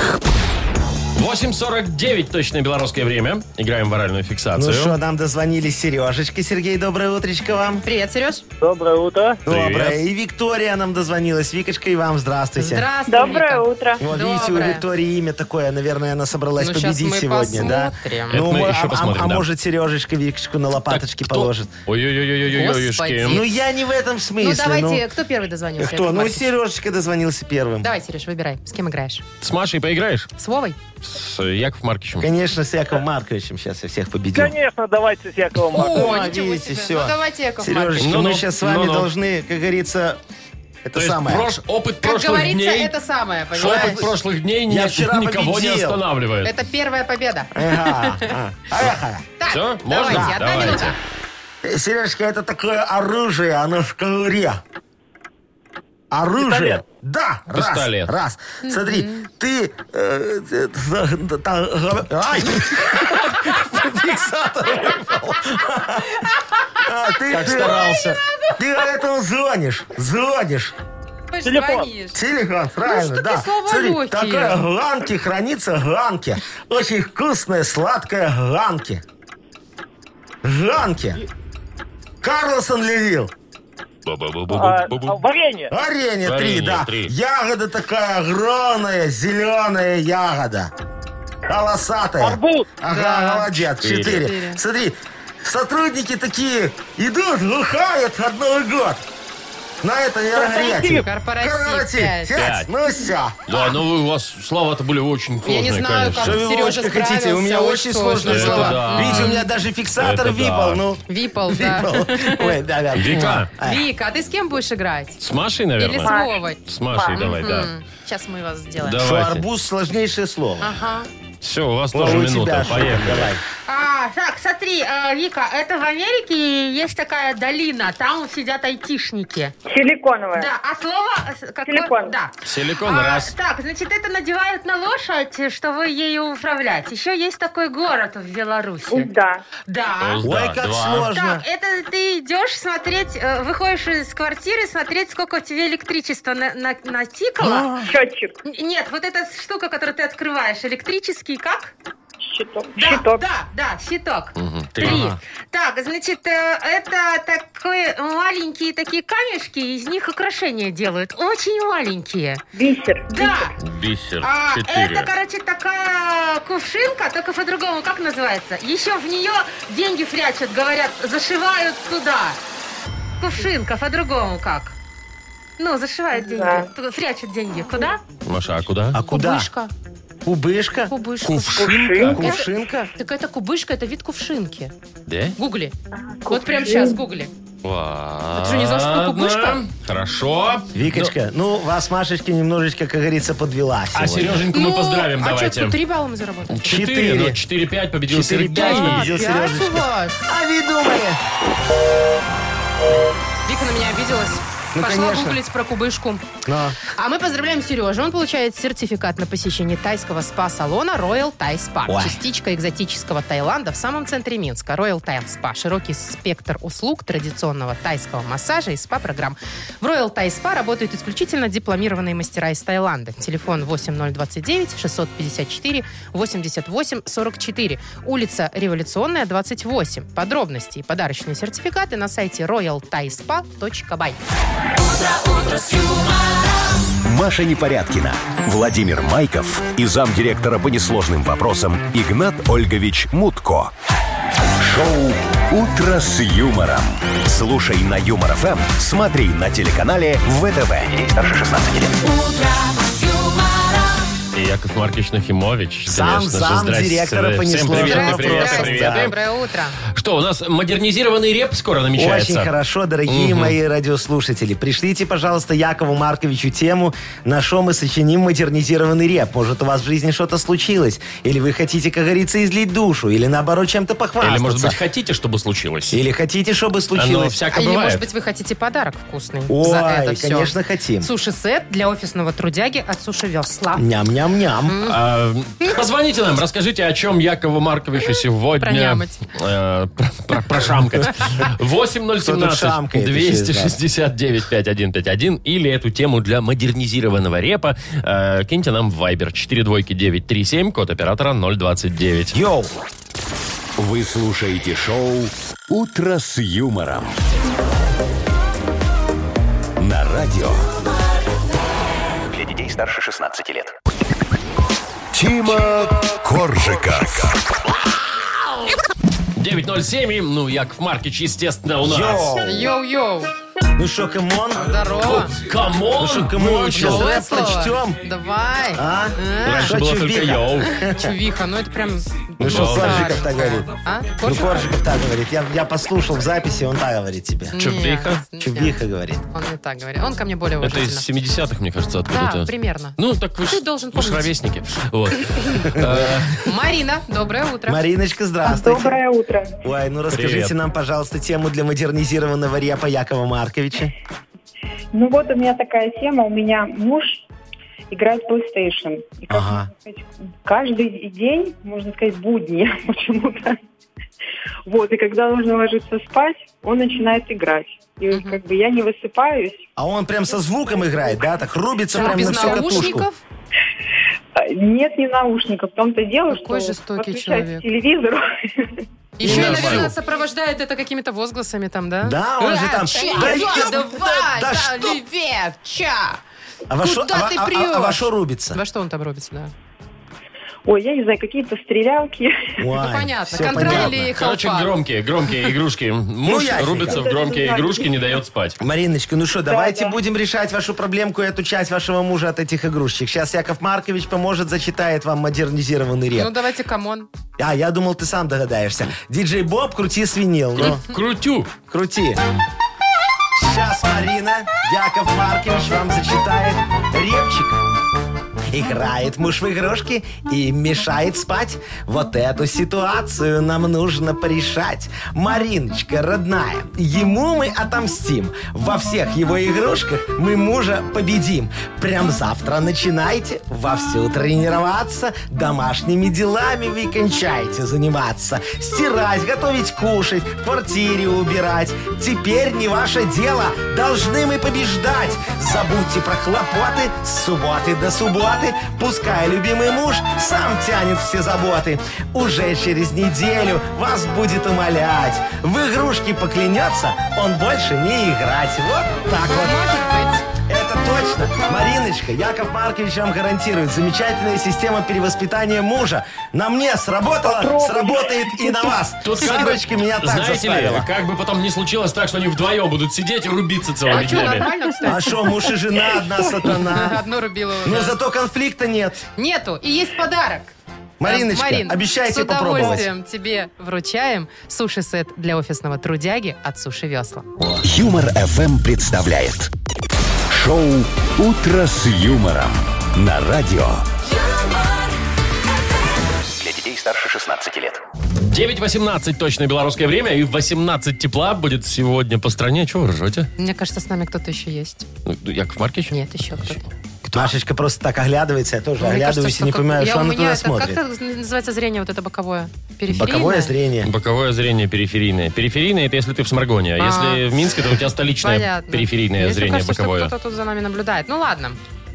Speaker 1: 8.49 точное белорусское время. Играем в оральную
Speaker 3: Ну
Speaker 1: фиксацию.
Speaker 3: что, нам дозвонились Сережечка. Сергей, доброе утречко вам.
Speaker 2: Привет, Сереж.
Speaker 8: Доброе утро.
Speaker 1: Привет.
Speaker 3: Доброе. И Виктория нам дозвонилась. Викочка, и вам здравствуйте.
Speaker 2: Здравствуй,
Speaker 6: Доброе
Speaker 2: Вика.
Speaker 6: утро.
Speaker 3: Вот видите, у
Speaker 2: Доброе.
Speaker 3: Виктории имя такое, наверное, она собралась
Speaker 2: Ну, щас
Speaker 3: победить
Speaker 2: мы
Speaker 3: сегодня, да?
Speaker 2: посмотрим.
Speaker 1: Это мы
Speaker 3: мо-
Speaker 1: еще
Speaker 3: а- а-
Speaker 1: посмотрим,
Speaker 3: а,
Speaker 1: да.
Speaker 3: может, Сережечка Викочку на лопаточки
Speaker 1: Кто?
Speaker 3: положит.
Speaker 1: Ой-ой-ой-ой-ой-ой-ой-ой-ой-ой-ой-ой-ой-ой.
Speaker 2: Господи.
Speaker 3: Ну, я не в этом смысле.
Speaker 2: Ну, давайте, кто первый
Speaker 1: Э,
Speaker 2: дозвонился?
Speaker 3: Кто?
Speaker 2: Яков
Speaker 3: Ну,
Speaker 2: Маркович?
Speaker 3: Сережечка дозвонился первым.
Speaker 2: Давай, Сереж, выбирай. С кем играешь?
Speaker 1: С Машей поиграешь?
Speaker 2: С Вовой?
Speaker 1: С э, Яков Маркичем.
Speaker 3: Конечно, с Яковом Марковичем сейчас я всех победил.
Speaker 8: Конечно, давайте с Яковом Марковичем.
Speaker 3: О, видите, все.
Speaker 2: Ну, давайте, Яков Маркович.
Speaker 3: Сережечка,
Speaker 1: Ну, ну,
Speaker 3: мы сейчас с вами
Speaker 1: ну, ну.
Speaker 3: должны, как говорится, это
Speaker 1: То есть
Speaker 3: самое.
Speaker 1: прош- опыт
Speaker 2: Как
Speaker 1: прошлых
Speaker 2: говорится,
Speaker 1: дней...
Speaker 2: это самое,
Speaker 1: Опыт
Speaker 2: понимаешь?
Speaker 1: прошлых дней ни-
Speaker 3: Я вчера
Speaker 1: никого не
Speaker 3: победил.
Speaker 1: останавливает.
Speaker 2: Это первая победа.
Speaker 3: Ага, а. Ага.
Speaker 2: Так,
Speaker 1: Все?
Speaker 2: Давайте,
Speaker 1: Можно?
Speaker 2: одна минута.
Speaker 3: Э, Сережка, это такое оружие, оно в ковре. Оружие. Да, раз,
Speaker 1: Пистолет.
Speaker 3: раз. Смотри, ты... э, э, та- та- Ай! Фиксатор выпал. А, ты-
Speaker 1: Как
Speaker 3: ты-
Speaker 1: старался.
Speaker 3: Ты этому звонишь, звонишь.
Speaker 2: Ты ж
Speaker 8: Телефон.
Speaker 2: звонишь.
Speaker 3: Телефон, правильно,
Speaker 2: Ну, что ты,
Speaker 3: да.
Speaker 2: слова легкие.
Speaker 3: такая гланки хранится гланки. Очень вкусная, сладкая гланки. Гланки. Карлсон Левил.
Speaker 8: А, а, варенье.
Speaker 3: Варенье три,
Speaker 1: Варенье
Speaker 3: да.
Speaker 1: три.
Speaker 3: Ягода такая огромная, зеленая ягода. Полосатая.
Speaker 8: Арбуз.
Speaker 3: Ага,
Speaker 2: Да.
Speaker 3: молодец,
Speaker 1: Четыре.
Speaker 3: четыре.
Speaker 2: Четыре.
Speaker 3: Смотри, сотрудники такие идут, глухают под Новый год. На это мероприятие.
Speaker 2: Корпоратив.
Speaker 3: Корпоратив.
Speaker 2: пять.
Speaker 3: Пять. Ну все.
Speaker 1: Да, ну вы, у вас слова-то были очень
Speaker 2: А, Я
Speaker 1: сложные,
Speaker 2: не знаю,
Speaker 1: конечно.
Speaker 2: как Сережа
Speaker 3: хотите? У меня
Speaker 2: справился,
Speaker 3: очень сложные
Speaker 1: Это
Speaker 3: слова.
Speaker 1: да.
Speaker 3: Видите, у меня даже фиксатор
Speaker 1: Это да.
Speaker 3: випал. Ну,
Speaker 2: Випал, да.
Speaker 3: випал. Ой, да, да.
Speaker 1: Вика.
Speaker 3: А,
Speaker 2: Вика, а ты с кем будешь играть?
Speaker 1: С Машей,
Speaker 2: Или с
Speaker 1: наверное?
Speaker 2: Вовой?
Speaker 1: С Машей, давай, да.
Speaker 2: Сейчас мы вас сделаем.
Speaker 3: Что
Speaker 1: Давайте.
Speaker 3: арбуз сложнейшее слово.
Speaker 2: Ага.
Speaker 1: Все, у вас
Speaker 3: О,
Speaker 1: тоже
Speaker 3: у тебя,
Speaker 1: минута.
Speaker 3: Шо,
Speaker 1: Поехали.
Speaker 3: давай.
Speaker 9: А, так, смотри, э, Вика, это в Америке есть такая долина, там сидят айтишники.
Speaker 6: Силиконовая.
Speaker 9: Да, а слово... э, с- какое-
Speaker 6: Силикон.
Speaker 9: Да.
Speaker 1: Силикон,
Speaker 9: А,
Speaker 1: раз.
Speaker 9: Так, значит, это надевают на лошадь, чтобы ею управлять. Еще есть такой город в Беларуси.
Speaker 6: Да.
Speaker 9: Да.
Speaker 3: Ой,
Speaker 1: Да,
Speaker 3: как
Speaker 1: два.
Speaker 3: сложно.
Speaker 9: Так, это ты идешь смотреть, э, выходишь из квартиры, смотреть, сколько тебе электричества на, на- натикало.
Speaker 6: Счетчик.
Speaker 9: Н- Нет, вот эта штука, которую ты открываешь, электрический, как?
Speaker 6: Щиток.
Speaker 9: Да,
Speaker 6: Щиток.
Speaker 9: да, да, щиток.
Speaker 1: Мгм,
Speaker 9: Три.
Speaker 1: Три.
Speaker 9: Так, значит, э, это такие маленькие такие камешки, из них украшения делают. Очень маленькие.
Speaker 6: Бисер.
Speaker 9: Да.
Speaker 1: Бисер.
Speaker 9: А, это,
Speaker 1: Четыре.
Speaker 9: короче, такая кувшинка, только по-другому, как называется? Еще в нее деньги прячут, говорят, зашивают туда. Кувшинка, по-другому как? Ну, зашивают деньги,
Speaker 6: Да.
Speaker 9: т- прячут деньги. Куда?
Speaker 1: Маша, а куда?
Speaker 3: А куда?
Speaker 2: Кубышка.
Speaker 3: Кубышка?
Speaker 2: Кубышка.
Speaker 1: Кувшинка.
Speaker 3: Кувшинка?
Speaker 2: Так это кубышка, это вид кувшинки.
Speaker 1: Да?
Speaker 2: Гугли. Вот прям сейчас гугли.
Speaker 1: Ладно.
Speaker 2: что, не за что кукушка?
Speaker 1: Хорошо.
Speaker 3: Викочка, ну, вас Машечка немножечко, как говорится, подвела
Speaker 1: Ну, А
Speaker 3: сегодня.
Speaker 1: Сереженьку мы поздравим,
Speaker 2: а
Speaker 1: давайте.
Speaker 2: что, три балла мы заработали?
Speaker 1: Четыре, ну, но
Speaker 3: Четыре.
Speaker 1: 4-5 победил
Speaker 3: 4-5
Speaker 1: Сергей.
Speaker 3: победил.
Speaker 2: Опять у
Speaker 3: Сережечка.
Speaker 2: вас?
Speaker 3: А вы думали?
Speaker 2: Вика на меня обиделась.
Speaker 3: Ну,
Speaker 2: Пошла
Speaker 3: конечно.
Speaker 2: гуглить про кубышку.
Speaker 1: Ну.
Speaker 3: Но.
Speaker 2: А мы поздравляем Сережу. Он получает сертификат на посещение тайского спа-салона Royal Thai Spa.
Speaker 3: Ой.
Speaker 2: Частичка экзотического Таиланда в самом центре Минска. Royal Thai Spa. Широкий спектр услуг традиционного тайского массажа и спа-программ. В Royal Thai Spa работают исключительно дипломированные мастера из Таиланда. Телефон 8029 654 88 44. Улица Революционная, 28. Подробности и подарочные сертификаты на сайте royalthaispa.by.
Speaker 4: Маша Непорядкина, Владимир Майков и замдиректора по несложным вопросам Игнат Ольгович Мутко. Шоу «Утро с юмором». Слушай на Юмор ФМ, смотри на телеканале ВТВ. Ей старше 16 лет.
Speaker 1: И Яков Маркович Нахимович.
Speaker 3: Сам-
Speaker 1: конечно же.
Speaker 3: сам
Speaker 1: Здрасте.
Speaker 3: директора по
Speaker 1: Всем
Speaker 3: несложным
Speaker 1: привет,
Speaker 3: вопросам.
Speaker 1: привет,
Speaker 3: Здравствуйте.
Speaker 1: привет.
Speaker 3: Да.
Speaker 2: Доброе утро.
Speaker 1: Что, у нас модернизированный реп скоро намечается?
Speaker 3: Очень хорошо, дорогие
Speaker 1: Мгм.
Speaker 3: мои радиослушатели. Пришлите, пожалуйста, Якову Марковичу тему, на что мы сочиним модернизированный реп. Может, у вас в жизни что-то случилось. Или вы хотите, как говорится, излить душу. Или, наоборот, чем-то похвастаться.
Speaker 1: Или, может быть, Ну, хотите, чтобы случилось?
Speaker 3: Или хотите, чтобы
Speaker 1: Оно
Speaker 3: случилось.
Speaker 1: всяко
Speaker 2: Или, может
Speaker 1: бывает.
Speaker 2: быть, вы хотите подарок вкусный за это
Speaker 3: Ой,
Speaker 2: все?
Speaker 3: конечно, хотим.
Speaker 2: Суши-сет для офисного трудяги от Суши Весла.
Speaker 3: Ням-ням-ням.
Speaker 1: А, позвоните нам, расскажите, о чем Якову Марковичу сегодня...
Speaker 2: Пронямать.
Speaker 1: э, про- про- Прошамкать. 8017
Speaker 3: шамкает еще,
Speaker 1: 269 5151 или эту тему для модернизированного репа э, киньте нам в Viber 4 двойки 937, код оператора 029.
Speaker 3: Йоу.
Speaker 4: Вы слушаете шоу «Утро с юмором». На радио
Speaker 7: Для детей старше 16 лет.
Speaker 4: Тима Коржика.
Speaker 1: 907, и, ну, Яков Маркич, естественно, у нас.
Speaker 3: Йоу.
Speaker 2: Йоу-йоу.
Speaker 3: Ну что, камон?
Speaker 2: Здорово.
Speaker 1: Камон!
Speaker 3: Ну что, камон, сейчас
Speaker 2: Новое
Speaker 3: рэп
Speaker 2: слово.
Speaker 3: прочтем?
Speaker 2: Давай.
Speaker 3: А?
Speaker 1: Раньше
Speaker 3: Что,
Speaker 1: было только
Speaker 3: чувбиха?
Speaker 1: йоу.
Speaker 2: Чувиха, ну это прям...
Speaker 3: Ну что,
Speaker 1: Ну,
Speaker 3: Коржиков
Speaker 2: старенькая.
Speaker 3: так говорит?
Speaker 2: А?
Speaker 3: Ну,
Speaker 2: Коржик?
Speaker 3: Коржиков так говорит. Я, я послушал в записи, он так говорит тебе.
Speaker 2: Не,
Speaker 1: Чувиха?
Speaker 2: не.
Speaker 3: Чубиха говорит.
Speaker 2: Он не так говорит. Он ко мне более
Speaker 1: Это из
Speaker 2: уважительно.
Speaker 1: 70-х, мне кажется, откуда-то.
Speaker 2: Да, примерно.
Speaker 1: Ну, так вы
Speaker 2: Ты
Speaker 1: ж-
Speaker 2: должен
Speaker 1: вы ж
Speaker 2: помнить.
Speaker 1: ровесники. Вот. Э,
Speaker 2: Марина, доброе утро.
Speaker 3: Мариночка, здравствуйте.
Speaker 6: Доброе утро.
Speaker 3: Ой, ну расскажите
Speaker 1: Привет.
Speaker 3: нам, пожалуйста, тему для модернизированного репа Якова Марковича.
Speaker 6: Ну вот у меня такая тема. У меня муж играет в PlayStation. И как
Speaker 3: Ага.
Speaker 6: сказать, каждый день, можно сказать, будни почему-то. Вот, и когда нужно ложиться спать, он начинает играть. И вот как бы я не высыпаюсь.
Speaker 3: А он прям со звуком играет, да? Так рубится
Speaker 2: Что,
Speaker 3: прям
Speaker 2: без
Speaker 3: на всю катушку.
Speaker 2: наушников?
Speaker 6: А, Нет, не наушников. В том-то дело,
Speaker 2: Какой
Speaker 6: что
Speaker 2: жестокий человек.
Speaker 6: подключается к телевизору.
Speaker 2: Еще и,
Speaker 1: Нормально.
Speaker 2: наверное, сопровождает это какими-то возгласами там, да? Э,
Speaker 3: Да, он же там...
Speaker 2: Чё,
Speaker 3: Да
Speaker 2: чё,
Speaker 3: ёп-
Speaker 2: давай, да,
Speaker 3: да что-
Speaker 2: левее, чё?
Speaker 3: А во шо-
Speaker 2: Куда
Speaker 3: а во-
Speaker 2: ты
Speaker 3: а- а-
Speaker 2: прешь?
Speaker 3: а во шо рубится?
Speaker 2: Во что он там рубится, да?
Speaker 6: Ой, я не знаю, какие-то стрелялки.
Speaker 3: Ой,
Speaker 2: ну, понятно.
Speaker 3: всё
Speaker 2: Контроль
Speaker 3: понятно.
Speaker 2: или халфа?
Speaker 1: Короче, громкие, громкие игрушки. Муж
Speaker 3: ясненько.
Speaker 1: рубится в громкие игрушки, не дает спать.
Speaker 3: Мариночка, ну что, давайте
Speaker 6: да.
Speaker 3: будем решать вашу проблемку и эту часть вашего мужа от этих игрушечек. Сейчас Яков Маркович поможет, зачитает вам модернизированный реп.
Speaker 2: Ну, давайте, камон.
Speaker 3: А, я думал, ты сам догадаешься. Диджей Боб, крути свинил. Ну,
Speaker 1: Крутю.
Speaker 3: крути. Сейчас Марина, Яков Маркович вам зачитает репчик. Играет муж в игрушки и мешает спать. Вот эту ситуацию нам нужно порешать. Мариночка, родная, ему мы отомстим. Во всех его игрушках мы мужа победим. Прям завтра начинайте вовсю тренироваться. Домашними делами вы кончаете заниматься. Стирать, готовить, кушать, в квартире убирать. Теперь не ваше дело, должны мы побеждать. Забудьте про хлопоты с субботы до субботы. Пускай любимый муж сам тянет все заботы. Уже через неделю вас будет умолять. В игрушки поклянется, он больше не играть. Вот так вот. Это точно. Мариночка, Яков Маркович вам гарантирует замечательная система перевоспитания мужа. На мне сработала, сработает и на вас.
Speaker 1: Тут как бы,
Speaker 3: Сарочка меня так
Speaker 1: знаете
Speaker 3: заставила.
Speaker 1: ли, как бы потом не случилось так, что они вдвоем будут сидеть и рубиться целыми
Speaker 2: А что,
Speaker 1: днями.
Speaker 2: нормально,
Speaker 3: А
Speaker 2: кстати?
Speaker 3: что, муж и жена, одна сатана.
Speaker 2: Одно рубило.
Speaker 3: Но
Speaker 2: да.
Speaker 3: зато конфликта нет.
Speaker 2: Нету. И есть подарок.
Speaker 3: Мариночка,
Speaker 2: Марин,
Speaker 3: обещайте
Speaker 2: с
Speaker 3: попробовать.
Speaker 2: удовольствием тебе вручаем суши-сет для офисного трудяги от Суши Весла.
Speaker 4: Юмор FM представляет шоу Утро с юмором на радио.
Speaker 7: Для детей старше 16 лет.
Speaker 1: 9.18 точно белорусское время, и 18 тепла будет сегодня по стране. Чего вы ржете?
Speaker 2: Мне кажется, с нами кто-то еще есть.
Speaker 1: Ну, Яков Маркич?
Speaker 2: Нет, еще кто-то.
Speaker 3: Машечка просто так оглядывается, я тоже
Speaker 2: Ну, Мне
Speaker 3: оглядываюсь
Speaker 2: кажется,
Speaker 3: и не
Speaker 2: что как-
Speaker 3: понимаю,
Speaker 2: я-
Speaker 3: что
Speaker 2: у
Speaker 3: она
Speaker 2: меня
Speaker 3: туда
Speaker 2: это, как
Speaker 3: смотрит.
Speaker 2: это называется зрение вот это боковое? Периферийное?
Speaker 3: Боковое зрение.
Speaker 1: Боковое зрение периферийное. Периферийное это если ты в Сморгоне, а если в Минске, то у тебя столичное
Speaker 2: Понятно.
Speaker 1: периферийное
Speaker 2: Мне
Speaker 1: зрение
Speaker 2: кажется,
Speaker 1: боковое.
Speaker 2: Что кто-то тут за нами наблюдает. Ну ладно.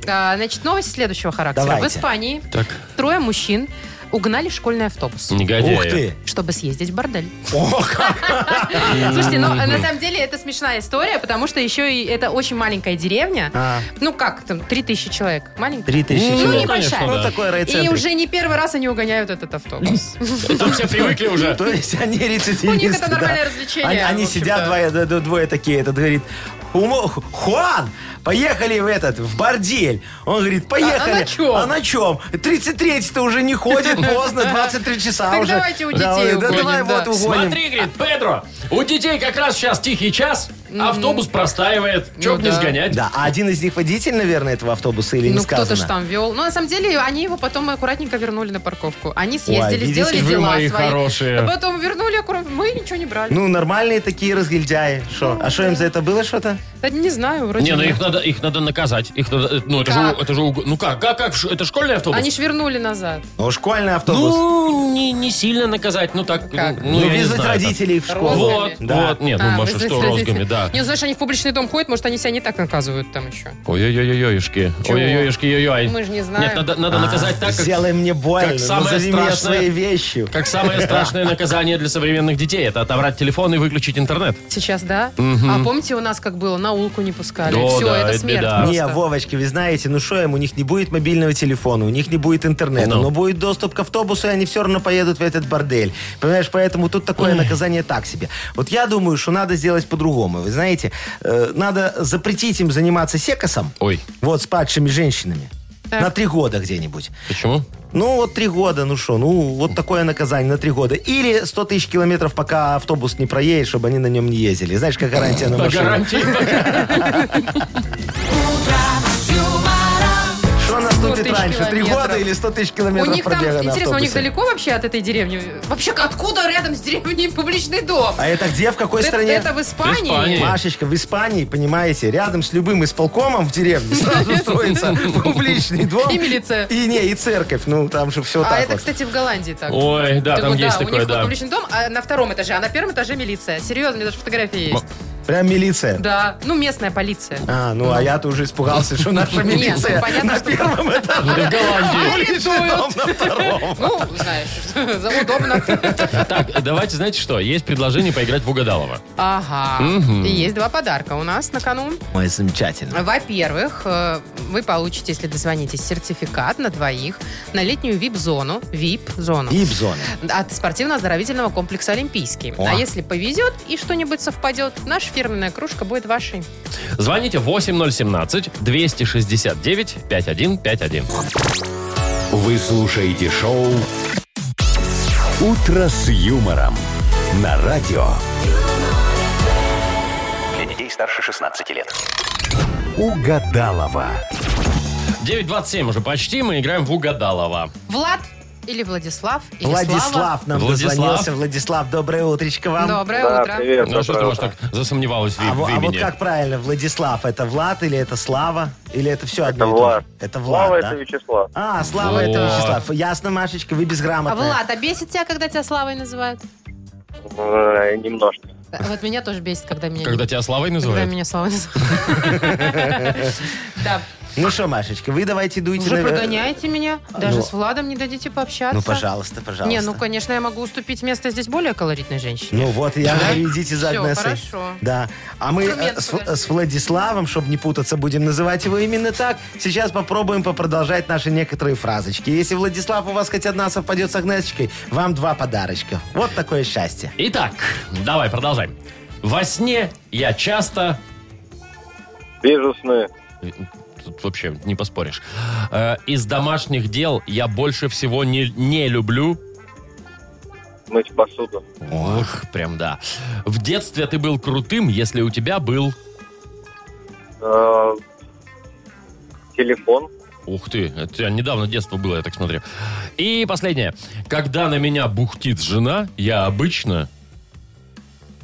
Speaker 2: А, Значит, новость следующего характера.
Speaker 3: Давайте.
Speaker 2: В Испании
Speaker 1: Так,
Speaker 2: трое мужчин угнали школьный автобус,
Speaker 1: негодяи.
Speaker 3: Ух ты!
Speaker 2: чтобы съездить в бордель.
Speaker 3: О, как!
Speaker 2: Слушайте, ну на самом деле это смешная история, потому что еще и это очень маленькая деревня.
Speaker 3: А,
Speaker 2: Ну как, там, 3000 человек. Маленькая.
Speaker 3: Три тысячи
Speaker 1: Ну,
Speaker 2: Ну,
Speaker 3: человек.
Speaker 1: конечно,
Speaker 2: небольшая.
Speaker 3: Ну,
Speaker 1: да.
Speaker 3: такой
Speaker 2: И
Speaker 3: райцентр.
Speaker 2: уже не первый раз они угоняют этот автобус.
Speaker 1: Тут все привыкли уже.
Speaker 3: Ну, То есть они рецидивисты,
Speaker 2: У них это
Speaker 3: да.
Speaker 2: нормальное развлечение,
Speaker 3: Они,
Speaker 2: в
Speaker 3: они
Speaker 2: общем-то.
Speaker 3: сидят двое, д- д- двое такие, этот говорит, «Умо- Хуан, поехали в этот, в бордель. Он говорит, поехали.
Speaker 2: А на чем?
Speaker 3: А на чем? 33-й-то уже не ходит, поздно, 23 часа
Speaker 2: Так
Speaker 3: уже.
Speaker 2: давайте у
Speaker 3: Да,
Speaker 2: детей
Speaker 3: он говорит, «Да
Speaker 2: угоним,
Speaker 3: давай
Speaker 2: да».
Speaker 3: вот угоним.
Speaker 1: Смотри, говорит, Педро, у детей как раз сейчас тихий час, автобус простаивает, чё
Speaker 2: Ну
Speaker 1: б не
Speaker 2: да.
Speaker 1: сгонять.
Speaker 3: Да, а один из них водитель, наверное, этого автобуса или не
Speaker 2: Ну,
Speaker 3: сказано?
Speaker 2: кто-то ж там вел. Ну, на самом деле, они его потом аккуратненько вернули на парковку. Они съездили,
Speaker 3: видите,
Speaker 2: сделали
Speaker 1: вы
Speaker 2: дела
Speaker 1: мои
Speaker 2: свои.
Speaker 1: хорошие.
Speaker 2: А потом вернули аккуратно. Мы ничего не брали.
Speaker 3: Ну, нормальные такие разгильдяи. Шо? А что им за это было что-то?
Speaker 2: Да не знаю, вроде
Speaker 1: Не, ну
Speaker 2: нет.
Speaker 1: их надо, их надо наказать. Их надо, э, ну это же,
Speaker 2: Как?
Speaker 1: это же, уг- ну как, как, как, это школьный автобус?
Speaker 2: Они ж вернули назад.
Speaker 3: Ну, школьный автобус.
Speaker 1: Ну, не, не сильно наказать, ну так,
Speaker 2: Как?
Speaker 1: ну, я не
Speaker 3: визнать
Speaker 1: знаю, так.
Speaker 3: родителей в школу.
Speaker 1: Вот,
Speaker 3: Да.
Speaker 1: вот, нет, ну,
Speaker 2: А,
Speaker 1: Маша,
Speaker 2: вы
Speaker 1: что
Speaker 2: знаете,
Speaker 1: розгами, да.
Speaker 2: Не, ну, знаешь, они в публичный дом ходят, может, они себя не так наказывают там еще.
Speaker 1: Ой-ой-ой-ой-ешки.
Speaker 2: Чего?
Speaker 1: Ой-ой-ой-ешки-ой-ой.
Speaker 2: Мы же не знаем.
Speaker 1: Нет, надо, надо наказать так, как,
Speaker 3: Сделай мне больно,
Speaker 1: как самое
Speaker 3: назови меня
Speaker 1: страшное-
Speaker 3: своей вещью.
Speaker 1: как самое страшное наказание для современных детей. Это отобрать телефон и выключить интернет.
Speaker 2: Сейчас, да? А помните, у нас как было, на улку не пускали.
Speaker 1: Да,
Speaker 2: Все,
Speaker 1: да, это
Speaker 2: это смерть
Speaker 1: беда.
Speaker 2: просто.
Speaker 3: Не, Вовочки, вы знаете, ну что им, у них не будет мобильного телефона, у них не будет интернета,
Speaker 1: Ну.
Speaker 3: но будет доступ к автобусу, и они все равно поедут в этот бордель. Понимаешь, поэтому тут такое наказание так себе. Вот я думаю, что надо сделать по-другому. вы знаете. Э, Надо запретить им заниматься секосом.
Speaker 1: Ой,
Speaker 3: Вот с падшими женщинами.
Speaker 2: Так.
Speaker 3: На три года где-нибудь.
Speaker 1: почему?
Speaker 3: Ну, вот три года, ну что, ну, вот такое наказание на три года. Или 100 тысяч километров, пока автобус не проедет, чтобы они на нем не ездили. Знаешь, как гарантия на
Speaker 1: По
Speaker 3: машину.
Speaker 1: гарантии. пока.
Speaker 2: 100
Speaker 3: Что наступит
Speaker 2: тысяч
Speaker 3: раньше, три
Speaker 2: километров.
Speaker 3: года или 100 тысяч километров
Speaker 2: У них там,
Speaker 3: пробега на
Speaker 2: интересно, у них
Speaker 3: автобусе?
Speaker 2: далеко вообще от этой деревни? Вообще, откуда рядом с деревней публичный дом?
Speaker 3: А это где, в какой
Speaker 2: Это-
Speaker 3: стране?
Speaker 2: Это в Испании?
Speaker 1: В Испании.
Speaker 3: Машечка, в Испании, понимаете, рядом с любым исполкомом в деревне сразу строится публичный дом.
Speaker 2: И милиция.
Speaker 3: И не, и церковь. Ну, там же все
Speaker 2: А
Speaker 3: так
Speaker 2: это,
Speaker 3: вот.
Speaker 2: кстати, в Голландии так.
Speaker 1: Ой, да,
Speaker 2: Так
Speaker 1: там
Speaker 2: вот,
Speaker 1: есть
Speaker 2: да, у
Speaker 1: такое,
Speaker 2: них вот
Speaker 1: да.
Speaker 2: публичный дом а на втором этаже, а на первом этаже милиция. Серьезно, у меня даже фотографии есть.
Speaker 3: Прям милиция.
Speaker 2: Да, ну местная полиция.
Speaker 3: А, ну, а я-то уже испугался, что наша
Speaker 2: Нет, ну,
Speaker 3: милиция
Speaker 2: понятно,
Speaker 3: на
Speaker 2: что-
Speaker 3: первом этаже.
Speaker 1: В Голландии.
Speaker 3: А, Публичный дом на втором.
Speaker 2: Ну, знаешь, за- удобно.
Speaker 1: Так, давайте, знаете что? Есть предложение поиграть в угадалово. Мгм.
Speaker 2: Ага. И есть два подарка у нас на кону.
Speaker 3: Ой, замечательно.
Speaker 2: Во-первых, э, вы получите, если дозвонитесь, сертификат на двоих на летнюю VIP-зону. VIP-зону.
Speaker 3: Гибзон.
Speaker 2: От спортивно-оздоровительного комплекса «Олимпийский».
Speaker 3: О.
Speaker 2: А если повезет и что-нибудь совпадет, наша фирменная кружка будет вашей.
Speaker 1: Звоните 8017-269-5151.
Speaker 4: Вы слушаете шоу «Утро с юмором» на радио.
Speaker 7: Для детей старше 16 лет.
Speaker 4: Угадалова.
Speaker 1: 9.27 уже почти, мы играем в угадалово.
Speaker 2: Влад или Владислав? Или Слава?
Speaker 3: Владислав нам
Speaker 1: Владислав.
Speaker 3: дозвонился. Владислав, доброе утречко вам.
Speaker 2: Доброе
Speaker 8: Да,
Speaker 2: утро.
Speaker 8: привет,
Speaker 1: Ну, что ты,
Speaker 8: доброе
Speaker 1: может,
Speaker 8: утро.
Speaker 1: так засомневалась в,
Speaker 3: А,
Speaker 1: в
Speaker 3: во- а вот
Speaker 1: имени?
Speaker 3: как правильно, Владислав, это Влад или это Слава? Или это все
Speaker 8: Это
Speaker 3: одно? и то
Speaker 8: Влад.
Speaker 3: же? Это Влад,
Speaker 8: Слава,
Speaker 3: да?
Speaker 8: это Вячеслав.
Speaker 3: А, Слава, это
Speaker 1: Вот.
Speaker 3: Вячеслав. Ясно, Машечка, вы
Speaker 2: А
Speaker 3: безграмотная.
Speaker 2: Влад, а бесит тебя, когда тебя Славой называют? А
Speaker 8: Э, Немножко.
Speaker 2: Вот меня тоже бесит, когда меня...
Speaker 1: Когда
Speaker 2: не-
Speaker 1: тебя Славой
Speaker 2: Когда
Speaker 1: называют?
Speaker 2: меня Славой называют. Да.
Speaker 3: Ну что, Машечка, вы давайте дуйте.
Speaker 2: Уже
Speaker 3: на-
Speaker 2: прогоняете меня? Даже
Speaker 3: Ну.
Speaker 2: с Владом не дадите пообщаться?
Speaker 3: Ну, пожалуйста, пожалуйста.
Speaker 2: Не, ну, конечно, я могу уступить место здесь более колоритной женщине.
Speaker 3: Ну вот, я говорю, идите за
Speaker 2: Всё,
Speaker 3: Агнесой.
Speaker 2: хорошо.
Speaker 3: Да. А мы
Speaker 2: Инструмент
Speaker 3: э, с,
Speaker 2: покажи.
Speaker 3: с Владиславом, чтобы не путаться, будем называть его именно так. Сейчас попробуем попродолжать наши некоторые фразочки. Если, Владислав, у вас хоть одна совпадет с Агнесочкой, вам два подарочка. Вот такое счастье.
Speaker 1: Итак, давай, продолжаем. Во сне я часто...
Speaker 8: Вижу сны.
Speaker 1: Тут вообще не поспоришь. Э, из домашних дел я больше всего не, не люблю...
Speaker 8: Мыть посуду.
Speaker 1: Ох, прям да. В детстве ты был крутым, если у тебя был...
Speaker 8: Э, Телефон.
Speaker 1: Ух ты, это у тебя недавно детство было, я так смотрю. И последнее. Когда на меня бухтит жена, я обычно...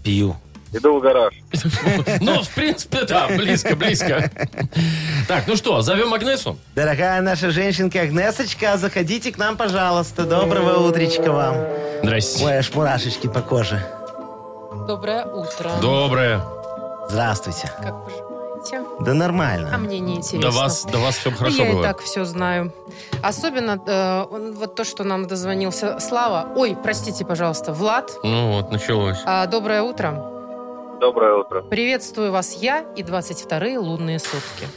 Speaker 3: Пью.
Speaker 8: Иду в гараж.
Speaker 1: Ну, в принципе, да, близко, близко. Так, ну что, зовем Агнесу?
Speaker 3: Дорогая наша женщинка Агнесочка, заходите к нам, пожалуйста. Доброго утречка вам.
Speaker 1: Здрасте.
Speaker 3: Ой, аж мурашечки по коже.
Speaker 2: Доброе утро.
Speaker 1: Доброе.
Speaker 3: Здравствуйте.
Speaker 2: Как поживаете?
Speaker 3: Да
Speaker 2: А
Speaker 3: нормально.
Speaker 2: мне не интересно.
Speaker 1: До
Speaker 2: Ну,
Speaker 1: вас, до вас все хорошо
Speaker 2: Я и
Speaker 1: было.
Speaker 2: так все знаю. Особенно э, он- вот то, что нам дозвонился Слава. Ой, простите, пожалуйста, Влад.
Speaker 1: Ну вот, началось.
Speaker 2: А, доброе утро.
Speaker 8: Доброе утро.
Speaker 2: Приветствую вас я и 22-е лунные сутки.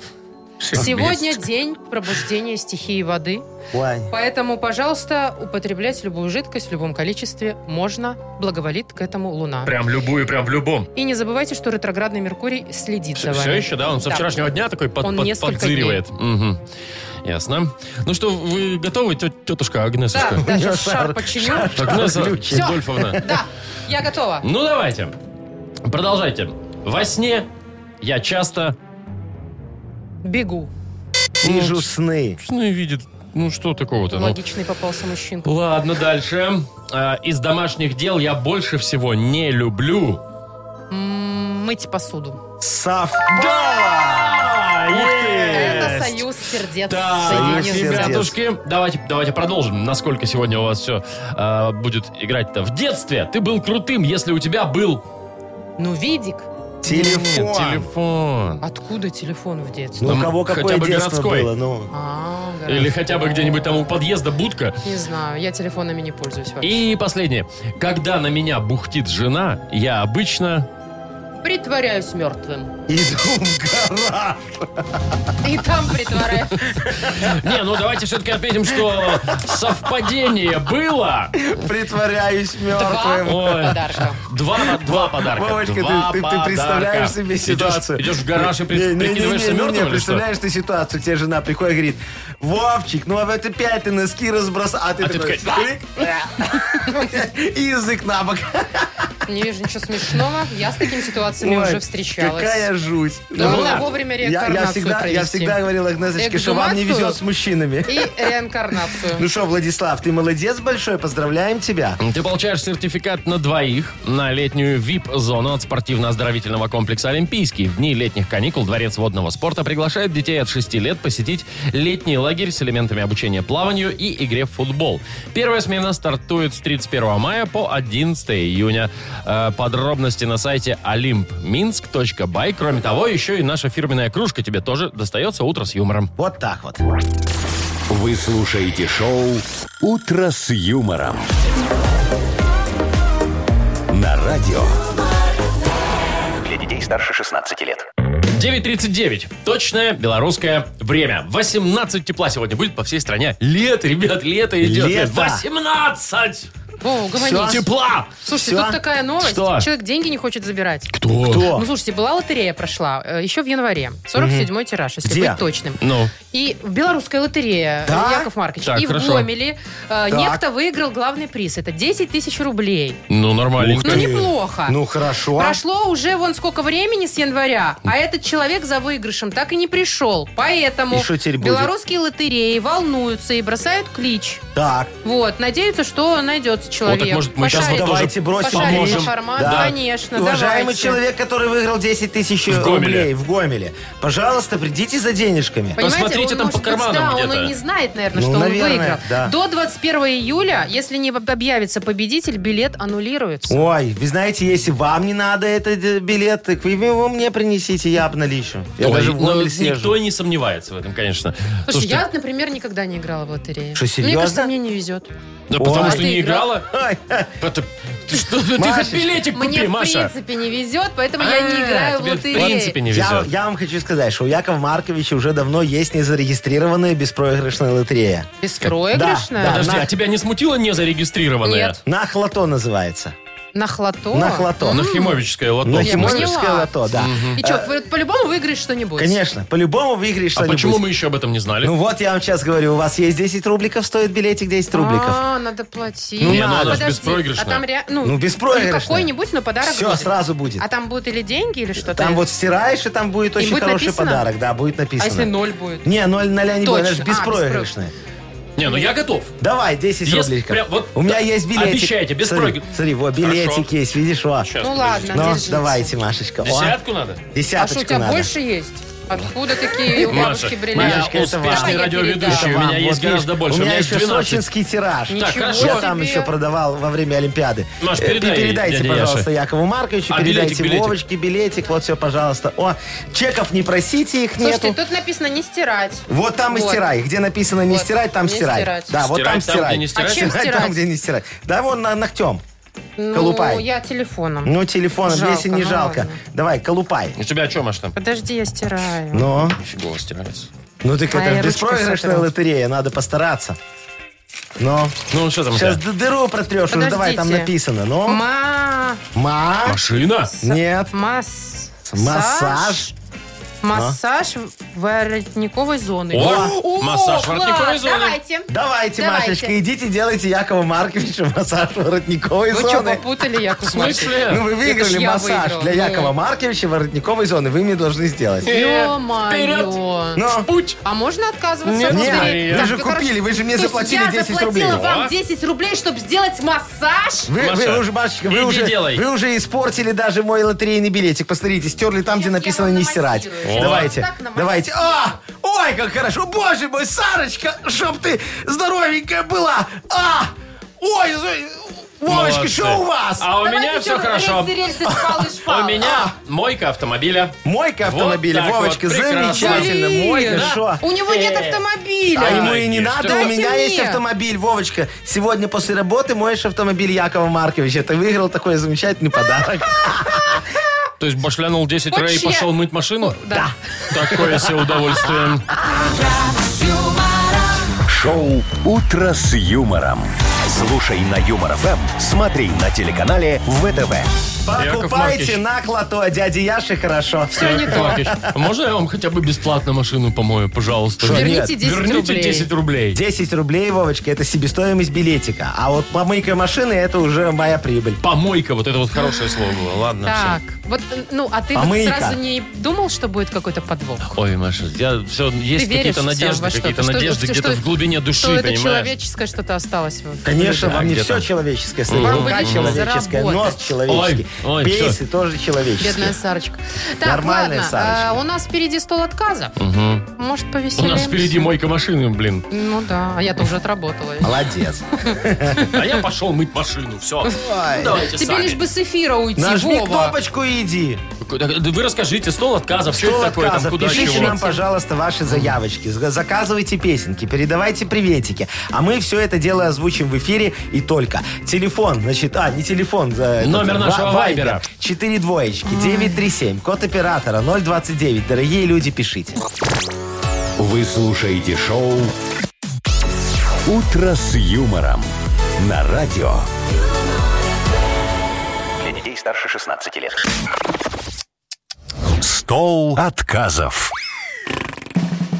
Speaker 2: Сегодня день пробуждения стихии воды,
Speaker 3: Ой.
Speaker 2: поэтому, пожалуйста, употреблять любую жидкость в любом количестве можно, благоволит к этому Луна.
Speaker 1: Прям любую, прям в любом.
Speaker 2: И не забывайте, что ретроградный Меркурий следит за
Speaker 1: Все,
Speaker 2: вами.
Speaker 1: еще, да? Он со
Speaker 2: Да.
Speaker 1: вчерашнего дня такой под,
Speaker 2: Он
Speaker 1: под-
Speaker 2: несколько
Speaker 1: подзыривает. Мгм. Ясно. Ну что, вы готовы, тетушка
Speaker 2: Да,
Speaker 1: Агнесушка?
Speaker 2: да, сейчас
Speaker 3: Шар-
Speaker 2: шар починю.
Speaker 1: Агнеса
Speaker 3: Включи.
Speaker 1: Рудольфовна.
Speaker 2: Да, я готова.
Speaker 1: Ну давайте. Продолжайте. Во сне я часто...
Speaker 2: Бегу.
Speaker 3: Вижу сны.
Speaker 1: Сны видит. Ну что такого-то? ну?
Speaker 2: Логичный попался мужчинка.
Speaker 1: Ладно, дальше. А, Из домашних дел я больше всего не люблю...
Speaker 2: М, Мыть посуду.
Speaker 3: Совпало!
Speaker 1: А, ух ты!
Speaker 2: Это союз сердец.
Speaker 1: Так,
Speaker 2: соединенных.
Speaker 3: Союз сердец.
Speaker 1: ребятушки, давайте, давайте продолжим. Насколько сегодня у вас все будет играть-то? В детстве ты был крутым, если у тебя был...
Speaker 2: Ну, Видик,
Speaker 3: Телефон.
Speaker 1: Нет, телефон.
Speaker 2: откуда телефон в детстве?
Speaker 3: Ну,
Speaker 1: Там
Speaker 3: у кого
Speaker 1: хотя
Speaker 3: какое
Speaker 1: бы
Speaker 3: детство
Speaker 1: городской.
Speaker 3: было, ну.
Speaker 2: А, гораздо.
Speaker 1: Или хотя бы где-нибудь там у подъезда будка.
Speaker 2: Не знаю, я телефонами не пользуюсь вообще.
Speaker 1: И последнее. Когда на меня бухтит жена, я обычно...
Speaker 2: притворяюсь мертвым.
Speaker 3: Иду в гора.
Speaker 2: И там притворяюсь.
Speaker 1: Не, ну давайте все-таки отметим, что совпадение было.
Speaker 3: Притворяюсь мертвым.
Speaker 2: Два
Speaker 1: Ой.
Speaker 2: подарка.
Speaker 1: Два, два подарка.
Speaker 3: Вовочка, ты-
Speaker 1: Два
Speaker 3: ты- ты
Speaker 1: подарка.
Speaker 3: представляешь себе
Speaker 1: Идешь-
Speaker 3: ситуацию?
Speaker 1: Идешь в гараж и
Speaker 3: Не, не, не,
Speaker 1: при- прикидываешься
Speaker 3: не, не, не,
Speaker 1: мертвым или что?
Speaker 3: представляешь ты ситуацию, тебе жена приходит и говорит, Вовчик, ну а в это пять ты носки разбросал, а ты,
Speaker 1: ты
Speaker 3: такой, «Клик». и язык на бок.
Speaker 2: Не вижу ничего смешного. Я с такими ситуациями
Speaker 3: Ой,
Speaker 2: уже встречалась.
Speaker 3: Какая жуть.
Speaker 2: Главное вовремя
Speaker 3: Я- я,
Speaker 2: реинкарнацию
Speaker 3: всегда, я
Speaker 2: провести.
Speaker 3: всегда говорил Агнесочке, что вам не
Speaker 2: Эксгумацию?
Speaker 3: везет с мужчинами.
Speaker 2: И реинкарнацию.
Speaker 3: Ну что, Владислав, ты молодец большой, поздравляем тебя.
Speaker 1: Ты получаешь сертификат на двоих на летнюю VIP-зону от спортивно-оздоровительного комплекса «Олимпийский». В дни летних каникул Дворец водного спорта приглашает детей от 6 лет посетить летний лагерь с элементами обучения плаванию и игре в футбол. Первая смена стартует с 31 мая по 11 июня. Э, Подробности на сайте olympminsk.by. Кроме того, еще и наша фирменная кружка тебе тоже достается «Утро с юмором».
Speaker 3: Вот так вот.
Speaker 4: Вы слушаете шоу «Утро с юмором». На радио.
Speaker 7: Для детей старше 16 лет.
Speaker 1: 9.39. Точное белорусское время. 18 тепла сегодня будет по всей стране. Лето, ребят, лето идет.
Speaker 3: Лето.
Speaker 1: 18
Speaker 2: О,
Speaker 1: типа,
Speaker 2: угомонись.
Speaker 1: тепла.
Speaker 2: Слушайте,
Speaker 3: Всё?
Speaker 2: тут такая новость.
Speaker 1: Что?
Speaker 2: Человек деньги не хочет забирать.
Speaker 1: Кто?
Speaker 3: Кто?
Speaker 2: Ну, слушайте, была лотерея прошла э, еще в январе. 47-й тираж, если
Speaker 3: Где?
Speaker 2: быть точным.
Speaker 1: Ну,
Speaker 2: И белорусская лотерея, э,
Speaker 3: Да?
Speaker 2: Яков Маркович.
Speaker 1: Так,
Speaker 2: и
Speaker 1: хорошо.
Speaker 2: в Гомеле э, некто выиграл главный приз. Это 10 тысяч рублей.
Speaker 1: ну нормально.
Speaker 2: Ну, неплохо.
Speaker 3: Ну хорошо.
Speaker 2: Прошло уже вон сколько времени с января, а этот человек за выигрышем так и не пришел. Поэтому
Speaker 3: И что теперь будет?
Speaker 2: белорусские лотереи волнуются и бросают клич.
Speaker 3: Так.
Speaker 2: Вот, надеются, что найдется человек.
Speaker 1: так, может, мы щас
Speaker 2: Пошарим-
Speaker 1: вот
Speaker 3: Давайте бросим
Speaker 2: пошарим
Speaker 1: поможем.
Speaker 2: по формату.
Speaker 3: Да.
Speaker 2: Конечно,
Speaker 3: Уважаемый
Speaker 2: давайте.
Speaker 3: человек, который выиграл 10
Speaker 1: В
Speaker 3: тысяч
Speaker 1: Гомеле.
Speaker 3: рублей в Гомеле, пожалуйста, придите за денежками.
Speaker 2: Понимаете,
Speaker 1: Посмотрите
Speaker 2: он,
Speaker 1: там
Speaker 2: может
Speaker 1: по карманам
Speaker 2: быть, да,
Speaker 1: где-то.
Speaker 2: он и не знает, наверное,
Speaker 3: Ну,
Speaker 2: что
Speaker 3: наверное,
Speaker 2: он выиграл.
Speaker 3: да.
Speaker 2: До 21 июля, если не объявится победитель, билет аннулируется.
Speaker 3: Ой, вы знаете, если вам не надо этот э, билет, так вы его мне принесите, я обналичу. Я
Speaker 1: Ой,
Speaker 3: даже в
Speaker 1: ну,
Speaker 3: Гомель
Speaker 1: никто
Speaker 3: съезжу.
Speaker 1: не сомневается в этом, конечно.
Speaker 2: Слушай, я, например, никогда не играла в лотерею.
Speaker 3: Что,
Speaker 2: Мне
Speaker 3: серьезно?
Speaker 2: кажется, мне не везет.
Speaker 1: Да потому
Speaker 3: Ой.
Speaker 1: что
Speaker 2: А ты
Speaker 1: не
Speaker 2: играла?
Speaker 1: играла.
Speaker 3: Ой,
Speaker 1: Это- Ты что, ты хоть
Speaker 3: Машечка.
Speaker 1: билетик
Speaker 2: Мне,
Speaker 1: купи,
Speaker 2: в
Speaker 1: Маша.
Speaker 2: принципе, не везет, поэтому я не
Speaker 1: Ну, А,
Speaker 2: играю в
Speaker 1: тебе
Speaker 2: лотерею.
Speaker 1: В принципе не
Speaker 3: Я,
Speaker 1: везет.
Speaker 3: я вам хочу сказать, что у Якова Марковича уже давно есть незарегистрированная беспроигрышная лотерея.
Speaker 2: Беспроигрышная?
Speaker 3: Да, да.
Speaker 1: Подожди,
Speaker 3: на-
Speaker 1: а тебя не смутила незарегистрированная?
Speaker 2: Нет.
Speaker 3: На хлото называется.
Speaker 2: На хлото?
Speaker 3: На хлото.
Speaker 1: Нахимовическое лото.
Speaker 3: На
Speaker 1: в смысле.
Speaker 2: Нахимович-
Speaker 3: химовическое
Speaker 2: поняла.
Speaker 3: лото, да.
Speaker 2: И что, по-любому выиграешь что-нибудь?
Speaker 3: Конечно, по-любому выиграешь
Speaker 1: А
Speaker 3: что-нибудь.
Speaker 1: почему мы еще об этом не знали?
Speaker 3: Ну вот я вам сейчас говорю, у вас есть 10 рубликов, стоит билетик 10 рубликов.
Speaker 2: А, надо платить.
Speaker 1: Не, ну она ж
Speaker 2: Подожди,
Speaker 1: беспроигрышная.
Speaker 2: А там реально...
Speaker 3: Ну, беспроигрышная.
Speaker 2: какой-нибудь, но подарок
Speaker 3: Все,
Speaker 2: будет.
Speaker 3: сразу будет.
Speaker 2: А там будут или деньги, или что-то?
Speaker 3: Там вот стираешь, и там будет очень
Speaker 2: будет
Speaker 3: хороший
Speaker 2: написано?
Speaker 3: подарок. Да, будет
Speaker 2: А если
Speaker 3: написано.
Speaker 2: ноль будет?
Speaker 3: Не, ноль ноля не будет, она же
Speaker 2: Точно. А,
Speaker 3: беспроигрышная.
Speaker 1: Не, ну я готов.
Speaker 3: Давай, 10
Speaker 1: Есть
Speaker 3: рубликов.
Speaker 1: прям вот-
Speaker 3: У меня есть билетик.
Speaker 1: Обещайте, без
Speaker 3: Смотри,
Speaker 1: проигрыша.
Speaker 3: Смотри, вот билетик
Speaker 1: Хорошо.
Speaker 3: есть, видишь, во.
Speaker 1: Сейчас,
Speaker 2: Ну
Speaker 1: подожди.
Speaker 2: ладно,
Speaker 3: Ну,
Speaker 2: держите.
Speaker 3: давайте, Машечка. О,
Speaker 1: Десятку надо?
Speaker 2: А что, у
Speaker 3: Десяточку
Speaker 2: тебя
Speaker 3: надо.
Speaker 2: больше есть? Откуда такие у
Speaker 1: Маша,
Speaker 2: бабушки бриллианты?
Speaker 1: я
Speaker 3: Машечка, это вам.
Speaker 1: успешный
Speaker 2: Давай я
Speaker 1: радиоведущий,
Speaker 2: передам.
Speaker 1: у
Speaker 3: Вам,
Speaker 1: меня
Speaker 3: вот
Speaker 1: есть
Speaker 3: видишь,
Speaker 1: гораздо больше.
Speaker 3: У меня
Speaker 1: есть
Speaker 3: еще
Speaker 1: 12.
Speaker 3: сочинский тираж.
Speaker 1: Так,
Speaker 2: Ничего
Speaker 1: хорошо.
Speaker 3: Я там
Speaker 2: себе.
Speaker 3: еще продавал во время Олимпиады.
Speaker 1: Маш,
Speaker 3: Э,
Speaker 1: передай
Speaker 3: Ты передайте,
Speaker 1: дяде
Speaker 3: пожалуйста,
Speaker 1: Яше.
Speaker 3: Якову Марковичу,
Speaker 1: А,
Speaker 3: передайте
Speaker 1: билетик, билетик.
Speaker 3: Вовочке билетик. Вот все, пожалуйста. О, чеков не просите, их
Speaker 2: Слушайте,
Speaker 3: нету.
Speaker 2: тут написано не стирать.
Speaker 3: Вот там и
Speaker 2: Вот.
Speaker 3: стирай. Где написано не
Speaker 2: Вот,
Speaker 3: стирать, там
Speaker 2: не
Speaker 3: стирай.
Speaker 2: стирать.
Speaker 3: Да, вот
Speaker 1: Стирать
Speaker 3: там
Speaker 1: там, где не
Speaker 3: стирай.
Speaker 1: стирать?
Speaker 2: А чем
Speaker 3: Стирай Там,
Speaker 2: стирать?
Speaker 3: где не стирать. Да, вон на- ногтем.
Speaker 2: Ну,
Speaker 3: Колупай.
Speaker 2: я телефоном.
Speaker 3: Ну, телефоном,
Speaker 2: Жалко,
Speaker 3: если не
Speaker 2: ну
Speaker 3: жалко.
Speaker 2: ладно.
Speaker 3: Давай, колупай.
Speaker 1: У тебя что, Маш, там?
Speaker 2: Подожди, я стираю.
Speaker 3: Ну,
Speaker 1: Нифига стирается.
Speaker 3: ну так
Speaker 2: Моя
Speaker 3: это же
Speaker 2: ручка
Speaker 3: беспроигрышная
Speaker 2: сотру.
Speaker 3: лотерея, надо постараться. Ну,
Speaker 1: Ну, что там у
Speaker 3: сейчас
Speaker 1: тебя?
Speaker 3: дыру протрешь, уже давай, там
Speaker 2: Подождите.
Speaker 3: написано. Ну,
Speaker 2: Ма...
Speaker 3: ма,
Speaker 1: Машина?
Speaker 3: нет,
Speaker 2: Масс...
Speaker 3: массаж.
Speaker 2: А? Массаж воротниковой зоны.
Speaker 1: О, массаж воротниковой
Speaker 2: класс,
Speaker 1: зоны.
Speaker 2: Давайте.
Speaker 3: Давайте,
Speaker 2: Давайте.
Speaker 3: Машечка, идите делайте Якову Марковичу массаж воротниковой
Speaker 2: Вы что,
Speaker 3: зоны.
Speaker 2: попутали, Яков
Speaker 1: В смысле?
Speaker 3: Ну, вы
Speaker 2: Это
Speaker 3: выиграли
Speaker 2: ж я
Speaker 3: массаж
Speaker 2: выиграла,
Speaker 3: для
Speaker 2: ну.
Speaker 3: Якова Марковича воротниковой зоны. Вы мне должны сделать.
Speaker 1: Э,
Speaker 2: Ё-моё.
Speaker 3: Ну,
Speaker 1: Путь!
Speaker 2: А можно отказываться
Speaker 1: Нет,
Speaker 2: от
Speaker 1: нет,
Speaker 2: лотереи?
Speaker 1: вы
Speaker 2: Так, ну,
Speaker 3: же
Speaker 2: хорошо.
Speaker 3: купили, вы же мне
Speaker 2: То есть
Speaker 3: заплатили 10 рублей.
Speaker 2: Я заплатила вам
Speaker 1: О.
Speaker 2: 10 рублей, чтобы сделать массаж?
Speaker 3: Вы,
Speaker 1: Маша,
Speaker 3: вы уже, Машечка, вы
Speaker 1: иди
Speaker 3: уже,
Speaker 1: делай.
Speaker 3: вы уже испортили даже мой лотерейный билетик. Посмотрите, стерли там, где
Speaker 2: Сейчас я
Speaker 3: написано
Speaker 2: вам
Speaker 3: «не
Speaker 2: намассирую.
Speaker 3: стирать».
Speaker 2: О.
Speaker 3: Давайте,
Speaker 2: Так намассирую.
Speaker 3: давайте. А, ой, как хорошо. Боже мой, Сарочка, чтоб ты здоровенькая была. А, ой, зой, Вовочка,
Speaker 1: Молодцы.
Speaker 3: что у вас?
Speaker 1: А у меня
Speaker 2: Давайте,
Speaker 1: все
Speaker 2: чё вы
Speaker 1: хорошо.
Speaker 2: рельсы, рельсы, шпалы,
Speaker 1: У
Speaker 2: шпалы.
Speaker 1: меня мойка автомобиля.
Speaker 3: Мойка
Speaker 1: Вот
Speaker 3: автомобиля.
Speaker 1: так вот,
Speaker 3: Вовочка,
Speaker 1: прекрасно.
Speaker 3: замечательно.
Speaker 2: Блин.
Speaker 3: Мойка, что?
Speaker 2: У него нет
Speaker 1: Э,
Speaker 2: автомобиля.
Speaker 3: А ему и не
Speaker 1: Конечно.
Speaker 3: надо, у
Speaker 2: Дайте
Speaker 3: меня
Speaker 2: мне.
Speaker 3: есть автомобиль, Вовочка. Сегодня после работы моешь автомобиль Якова Марковича. Ты выиграл такой замечательный подарок.
Speaker 1: То есть башлянул 10
Speaker 2: Хочешь,
Speaker 1: рей и
Speaker 2: я-
Speaker 1: пошел мыть машину?
Speaker 2: Да.
Speaker 1: Такое себе удовольствие.
Speaker 4: Шоу «Утро с юмором». Слушай на Юмор ФМ, смотри на телеканале ВТВ.
Speaker 1: Яков Маркович.
Speaker 3: Покупайте на клото дяди Яши хорошо.
Speaker 2: Все не
Speaker 1: Яков
Speaker 2: то.
Speaker 1: Маркович, а можно я вам хотя бы бесплатно машину помою, пожалуйста?
Speaker 3: Что,
Speaker 2: Верните
Speaker 3: нет,
Speaker 2: 10
Speaker 1: Верните
Speaker 2: рублей.
Speaker 1: 10 рублей.
Speaker 3: 10 рублей, Вовочка, это себестоимость билетика. А вот помойка машины, это уже моя прибыль.
Speaker 1: Помойка, вот это вот хорошее слово было. Ладно,
Speaker 2: Так,
Speaker 1: все.
Speaker 2: вот, э, ну, а ты вот
Speaker 3: Помойка.
Speaker 2: сразу не думал, что будет какой-то подвох?
Speaker 1: Ой, Маша, я все, есть
Speaker 2: веришь
Speaker 1: какие-то
Speaker 2: всё
Speaker 1: надежды,
Speaker 2: во что-то?
Speaker 1: какие-то
Speaker 2: Что-
Speaker 1: надежды
Speaker 2: что-
Speaker 1: где-то
Speaker 2: что-
Speaker 1: в глубине души,
Speaker 2: Что это
Speaker 1: понимаешь?
Speaker 2: человеческое что-то осталось? в-
Speaker 3: Конечно,
Speaker 1: Да,
Speaker 3: вам не
Speaker 1: где-то.
Speaker 3: все человеческое. Слышно,
Speaker 1: Вам бы
Speaker 3: рука
Speaker 2: лишь
Speaker 3: человеческая, нос
Speaker 2: заработать.
Speaker 3: человеческий,
Speaker 1: Ой, ой,
Speaker 3: пейсы тоже
Speaker 2: Бедная
Speaker 3: человеческие.
Speaker 2: Сарочка. Так,
Speaker 3: Нормальная
Speaker 2: ладно,
Speaker 3: Сарочка.
Speaker 2: а, у нас впереди стол отказов. Может,
Speaker 1: У
Speaker 2: повеселимся?
Speaker 1: нас впереди мойка машины, блин.
Speaker 2: Ну да, а я-то уже отработала.
Speaker 3: Молодец.
Speaker 1: А я пошел мыть машину, все. Давайте
Speaker 2: Тебе
Speaker 1: сами.
Speaker 2: лишь бы с эфира уйти,
Speaker 3: Нажми
Speaker 2: Вова.
Speaker 3: кнопочку и иди.
Speaker 1: Вы расскажите, стол отказов, что
Speaker 3: Стол
Speaker 1: это такое, там,
Speaker 3: отказов.
Speaker 1: куда,
Speaker 3: Пишите
Speaker 1: чего.
Speaker 3: нам, пожалуйста, ваши заявочки. Зга- Заказывайте песенки, передавайте приветики. А мы все это дело озвучим в эфире и только. Телефон, значит, а, не телефон. за этот,
Speaker 1: Номер
Speaker 3: ва-
Speaker 1: нашего вайбера.
Speaker 3: Четыре двоечки, 937, код оператора 029. Дорогие люди, пишите.
Speaker 4: Вы слушаете шоу «Утро с юмором» на радио.
Speaker 7: Для детей старше 16 лет.
Speaker 4: Стол отказов.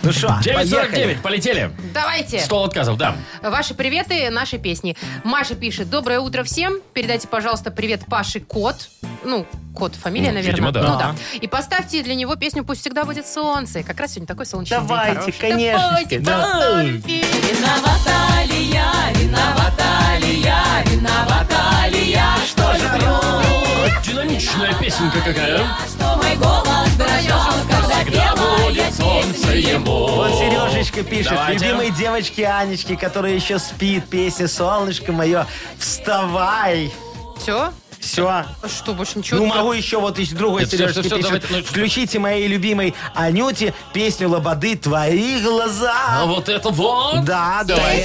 Speaker 3: Ну что, поехали.
Speaker 1: 9.49, полетели.
Speaker 2: Давайте.
Speaker 1: Стол отказов, да.
Speaker 2: Ваши приветы, наши песни. Маша пишет, доброе утро всем. Передайте, пожалуйста, привет Паше Кот. Ну, Кот, фамилия,
Speaker 1: Ну,
Speaker 2: наверное.
Speaker 1: видимо, да.
Speaker 2: Ну, да. И поставьте для него песню «Пусть всегда будет солнце». Как раз сегодня такой солнечный день.
Speaker 3: Давайте,
Speaker 2: хороший.
Speaker 3: конечно.
Speaker 2: Давайте,
Speaker 3: Да.
Speaker 2: поставьте.
Speaker 5: А
Speaker 1: Динамичная песенка какая. Всегда будет солнце ему.
Speaker 3: Вот Сережечка пишет,
Speaker 1: Давайте.
Speaker 3: любимой девочке Анечке, которая еще спит, песня «Солнышко мое, вставай».
Speaker 2: Все?
Speaker 3: Все,
Speaker 2: Что, больше ничего?
Speaker 3: Ну, могу еще вот из другой
Speaker 1: Нет,
Speaker 3: Сережки
Speaker 1: всё, всё, всё,
Speaker 3: пишет.
Speaker 1: давайте, ну,
Speaker 3: Включите моей любимой Анюте песню «Лободы твои
Speaker 1: А
Speaker 3: глаза».
Speaker 1: вот это вот.
Speaker 3: Да, давайте.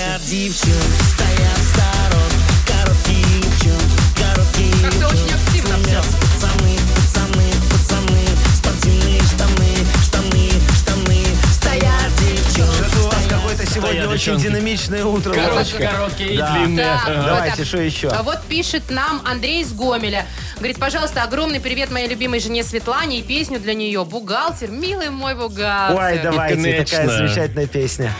Speaker 2: Как-то очень активно все.
Speaker 3: Что-то у вас какое-то сегодня
Speaker 1: Стоят,
Speaker 3: очень
Speaker 1: девчонки.
Speaker 3: динамичное утро.
Speaker 1: Короткие,
Speaker 3: Вовочка.
Speaker 1: короткие и
Speaker 3: Да.
Speaker 1: длинные.
Speaker 2: Так,
Speaker 1: Ага.
Speaker 3: Э, Давайте,
Speaker 2: вот так.
Speaker 3: что еще?
Speaker 2: А Вот пишет нам Андрей из Гомеля. Говорит, пожалуйста, огромный привет моей любимой жене Светлане и песню для нее. Бухгалтер, милый мой бухгалтер.
Speaker 3: Ой, давайте,
Speaker 1: конечно.
Speaker 3: такая замечательная песня.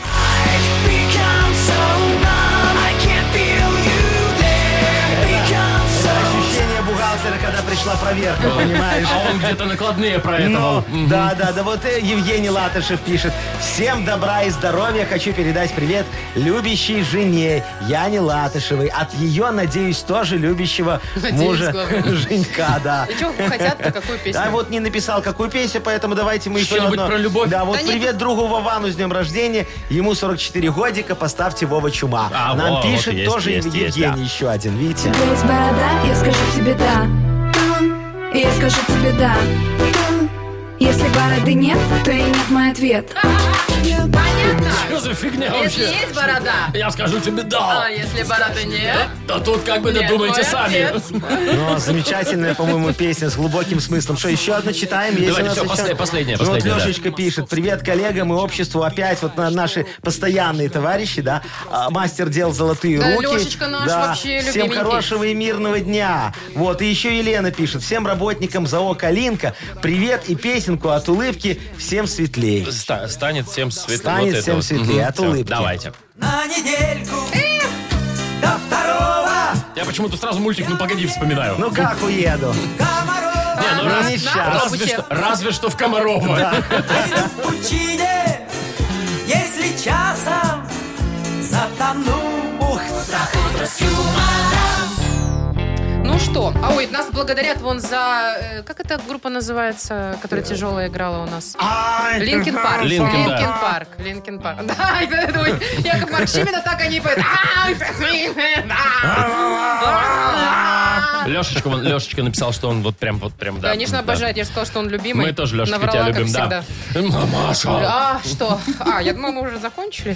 Speaker 3: Ощущение бухгалтера, когда пришла проверка, понимаешь?
Speaker 1: А он где-то накладные про
Speaker 3: Ну,
Speaker 1: это.
Speaker 3: да, да, да, вот э, Евгений Латышев пишет. Всем добра и здоровья. Хочу передать привет любящей жене Яне Латышевой. От ее, надеюсь, тоже любящего
Speaker 2: Надеюсь,
Speaker 3: мужа
Speaker 2: главное.
Speaker 3: Женька, да.
Speaker 2: И что хотят-то, какую песню?
Speaker 3: А вот не написал, какую песню, поэтому давайте мы еще
Speaker 1: Что-нибудь
Speaker 3: одно.
Speaker 1: про любовь?
Speaker 3: Да, вот
Speaker 2: Да нет.
Speaker 3: привет другу Вовану с днем рождения. Ему 44 годика, поставьте Вова Чума.
Speaker 1: А,
Speaker 3: Нам
Speaker 1: во,
Speaker 3: пишет
Speaker 1: вот есть,
Speaker 3: тоже
Speaker 1: есть,
Speaker 3: Евгений
Speaker 1: есть, да.
Speaker 3: еще один, видите?
Speaker 10: Есть борода, я скажу тебе да. Я скажу тебе да. Если бороды нет, то и нет мой ответ.
Speaker 2: Понятно.
Speaker 1: Что за фигня
Speaker 2: Если
Speaker 1: вообще?
Speaker 2: есть борода,
Speaker 1: Я скажу тебе
Speaker 2: а
Speaker 1: да.
Speaker 2: если бороды нет,
Speaker 1: Да тут как бы
Speaker 2: нет,
Speaker 1: додумайте
Speaker 2: мой
Speaker 1: сами.
Speaker 2: отец.
Speaker 3: Ну, замечательная, по-моему, песня с глубоким смыслом. Что, еще одну читаем? Есть
Speaker 1: Давайте,
Speaker 3: у нас
Speaker 1: всё,
Speaker 3: еще?
Speaker 1: после- последняя,
Speaker 3: Ну,
Speaker 1: последняя,
Speaker 3: Вот
Speaker 1: да.
Speaker 3: Лешечка пишет. Привет коллегам и обществу. Опять вот на- наши постоянные товарищи, да. а, Мастер дел золотые
Speaker 2: Да,
Speaker 3: руки.
Speaker 2: Лешечка наш вообще
Speaker 3: Всем
Speaker 2: любименький.
Speaker 3: хорошего и мирного дня. Вот, и еще Елена пишет. Всем работникам ЗАО «Калинка» привет и песенку от улыбки всем светлее.
Speaker 1: Ста- Станет всем светлее.
Speaker 3: Станет
Speaker 1: Вот это
Speaker 3: всем
Speaker 1: вот.
Speaker 3: светлее
Speaker 1: Мгм.
Speaker 3: от
Speaker 1: Всё,
Speaker 3: улыбки.
Speaker 1: Давайте.
Speaker 5: На недельку до второго
Speaker 1: Я почему-то сразу мультик «Ну погоди» вспоминаю.
Speaker 3: Ну как уеду?
Speaker 5: до мороза.
Speaker 1: Не, ну раз-
Speaker 3: не щас.
Speaker 1: разве,
Speaker 2: автобусе.
Speaker 1: что, разве что в Комарова.
Speaker 5: Пойду в пучине, если часом затону. Ух,
Speaker 2: Ну что, а ой, нас благодарят вон за... э, Как эта группа называется, которая тяжелая играла у нас? Линкин Парк.
Speaker 1: Линкин, да.
Speaker 2: Линкин Парк. Линкин Парк. Да, я думаю, Яков Маркович, именно так они и поют. Ай, да.
Speaker 1: Лешечка, вон, Лешечка написал, что он вот прям, вот прям, да.
Speaker 2: Конечно,
Speaker 1: да.
Speaker 2: обожает. Я же сказала, что он любимый.
Speaker 1: Мы тоже, Лешечка,
Speaker 2: Наврала,
Speaker 1: тебя
Speaker 2: как
Speaker 1: любим,
Speaker 2: всегда.
Speaker 1: да. Мамаша.
Speaker 2: А, что? А, я думала, мы уже закончили.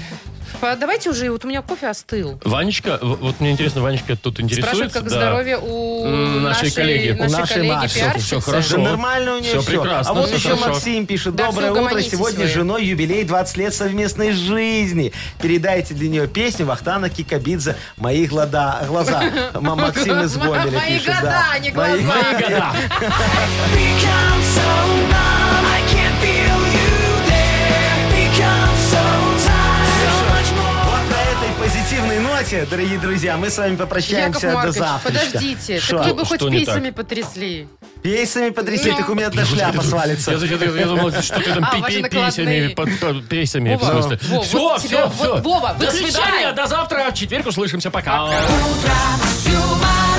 Speaker 2: По- Давайте уже, вот у меня кофе остыл.
Speaker 1: Ванечка, в- вот мне интересно, Ванечка тут
Speaker 2: Спрашивают,
Speaker 1: интересуется.
Speaker 2: как
Speaker 1: да.
Speaker 2: здоровье у
Speaker 1: М, нашей
Speaker 2: нашей
Speaker 1: коллеги. У
Speaker 2: нашей
Speaker 3: нашей
Speaker 2: коллеги
Speaker 3: Маши.
Speaker 2: пиарщицы.
Speaker 1: Всё хорошо.
Speaker 3: Да нормально у нее
Speaker 1: Всё
Speaker 3: все.
Speaker 1: прекрасно,
Speaker 3: а вот
Speaker 1: всё
Speaker 3: еще
Speaker 1: хорошо.
Speaker 3: Максим пишет.
Speaker 2: Да
Speaker 3: Доброе
Speaker 2: всё,
Speaker 3: утро.
Speaker 2: угомонитесь
Speaker 3: Сегодня
Speaker 2: вы.
Speaker 3: с женой юбилей 20 лет совместной жизни. Передайте для нее песню Вахтана Кикабидзе «Мои глада- глаза». М- Максим из Гомеля
Speaker 2: Мои
Speaker 3: пишет.
Speaker 2: года,
Speaker 3: да.
Speaker 2: не
Speaker 3: Мои-
Speaker 2: глаза.
Speaker 1: Мои года.
Speaker 5: Become so numb, I can't feel you there. Become so tired, so much more.
Speaker 3: Вот на этой позитивной ноте, дорогие друзья, мы с вами
Speaker 2: Яков
Speaker 3: попрощаемся до
Speaker 2: Маркович,
Speaker 3: завтра.
Speaker 2: подождите.
Speaker 3: Шо?
Speaker 2: Так вы бы хоть
Speaker 1: Что не
Speaker 2: пейсами потрясли.
Speaker 3: Пейсами потряси,
Speaker 2: Ну.
Speaker 3: так у меня одна шляпа свалится.
Speaker 1: Я, зачем- я думал, что ты там
Speaker 2: А,
Speaker 1: пи-
Speaker 2: ваши
Speaker 1: пи-
Speaker 2: накладные.
Speaker 1: песнями, под- под- песнями, в
Speaker 2: Вова,
Speaker 1: смысле.
Speaker 2: Вова,
Speaker 1: Все,
Speaker 2: вот тебе-
Speaker 1: все,
Speaker 2: вот, Вова,
Speaker 1: До
Speaker 2: выключай.
Speaker 1: свидания, до завтра, в четверг услышимся, пока.
Speaker 5: Утро с юмором.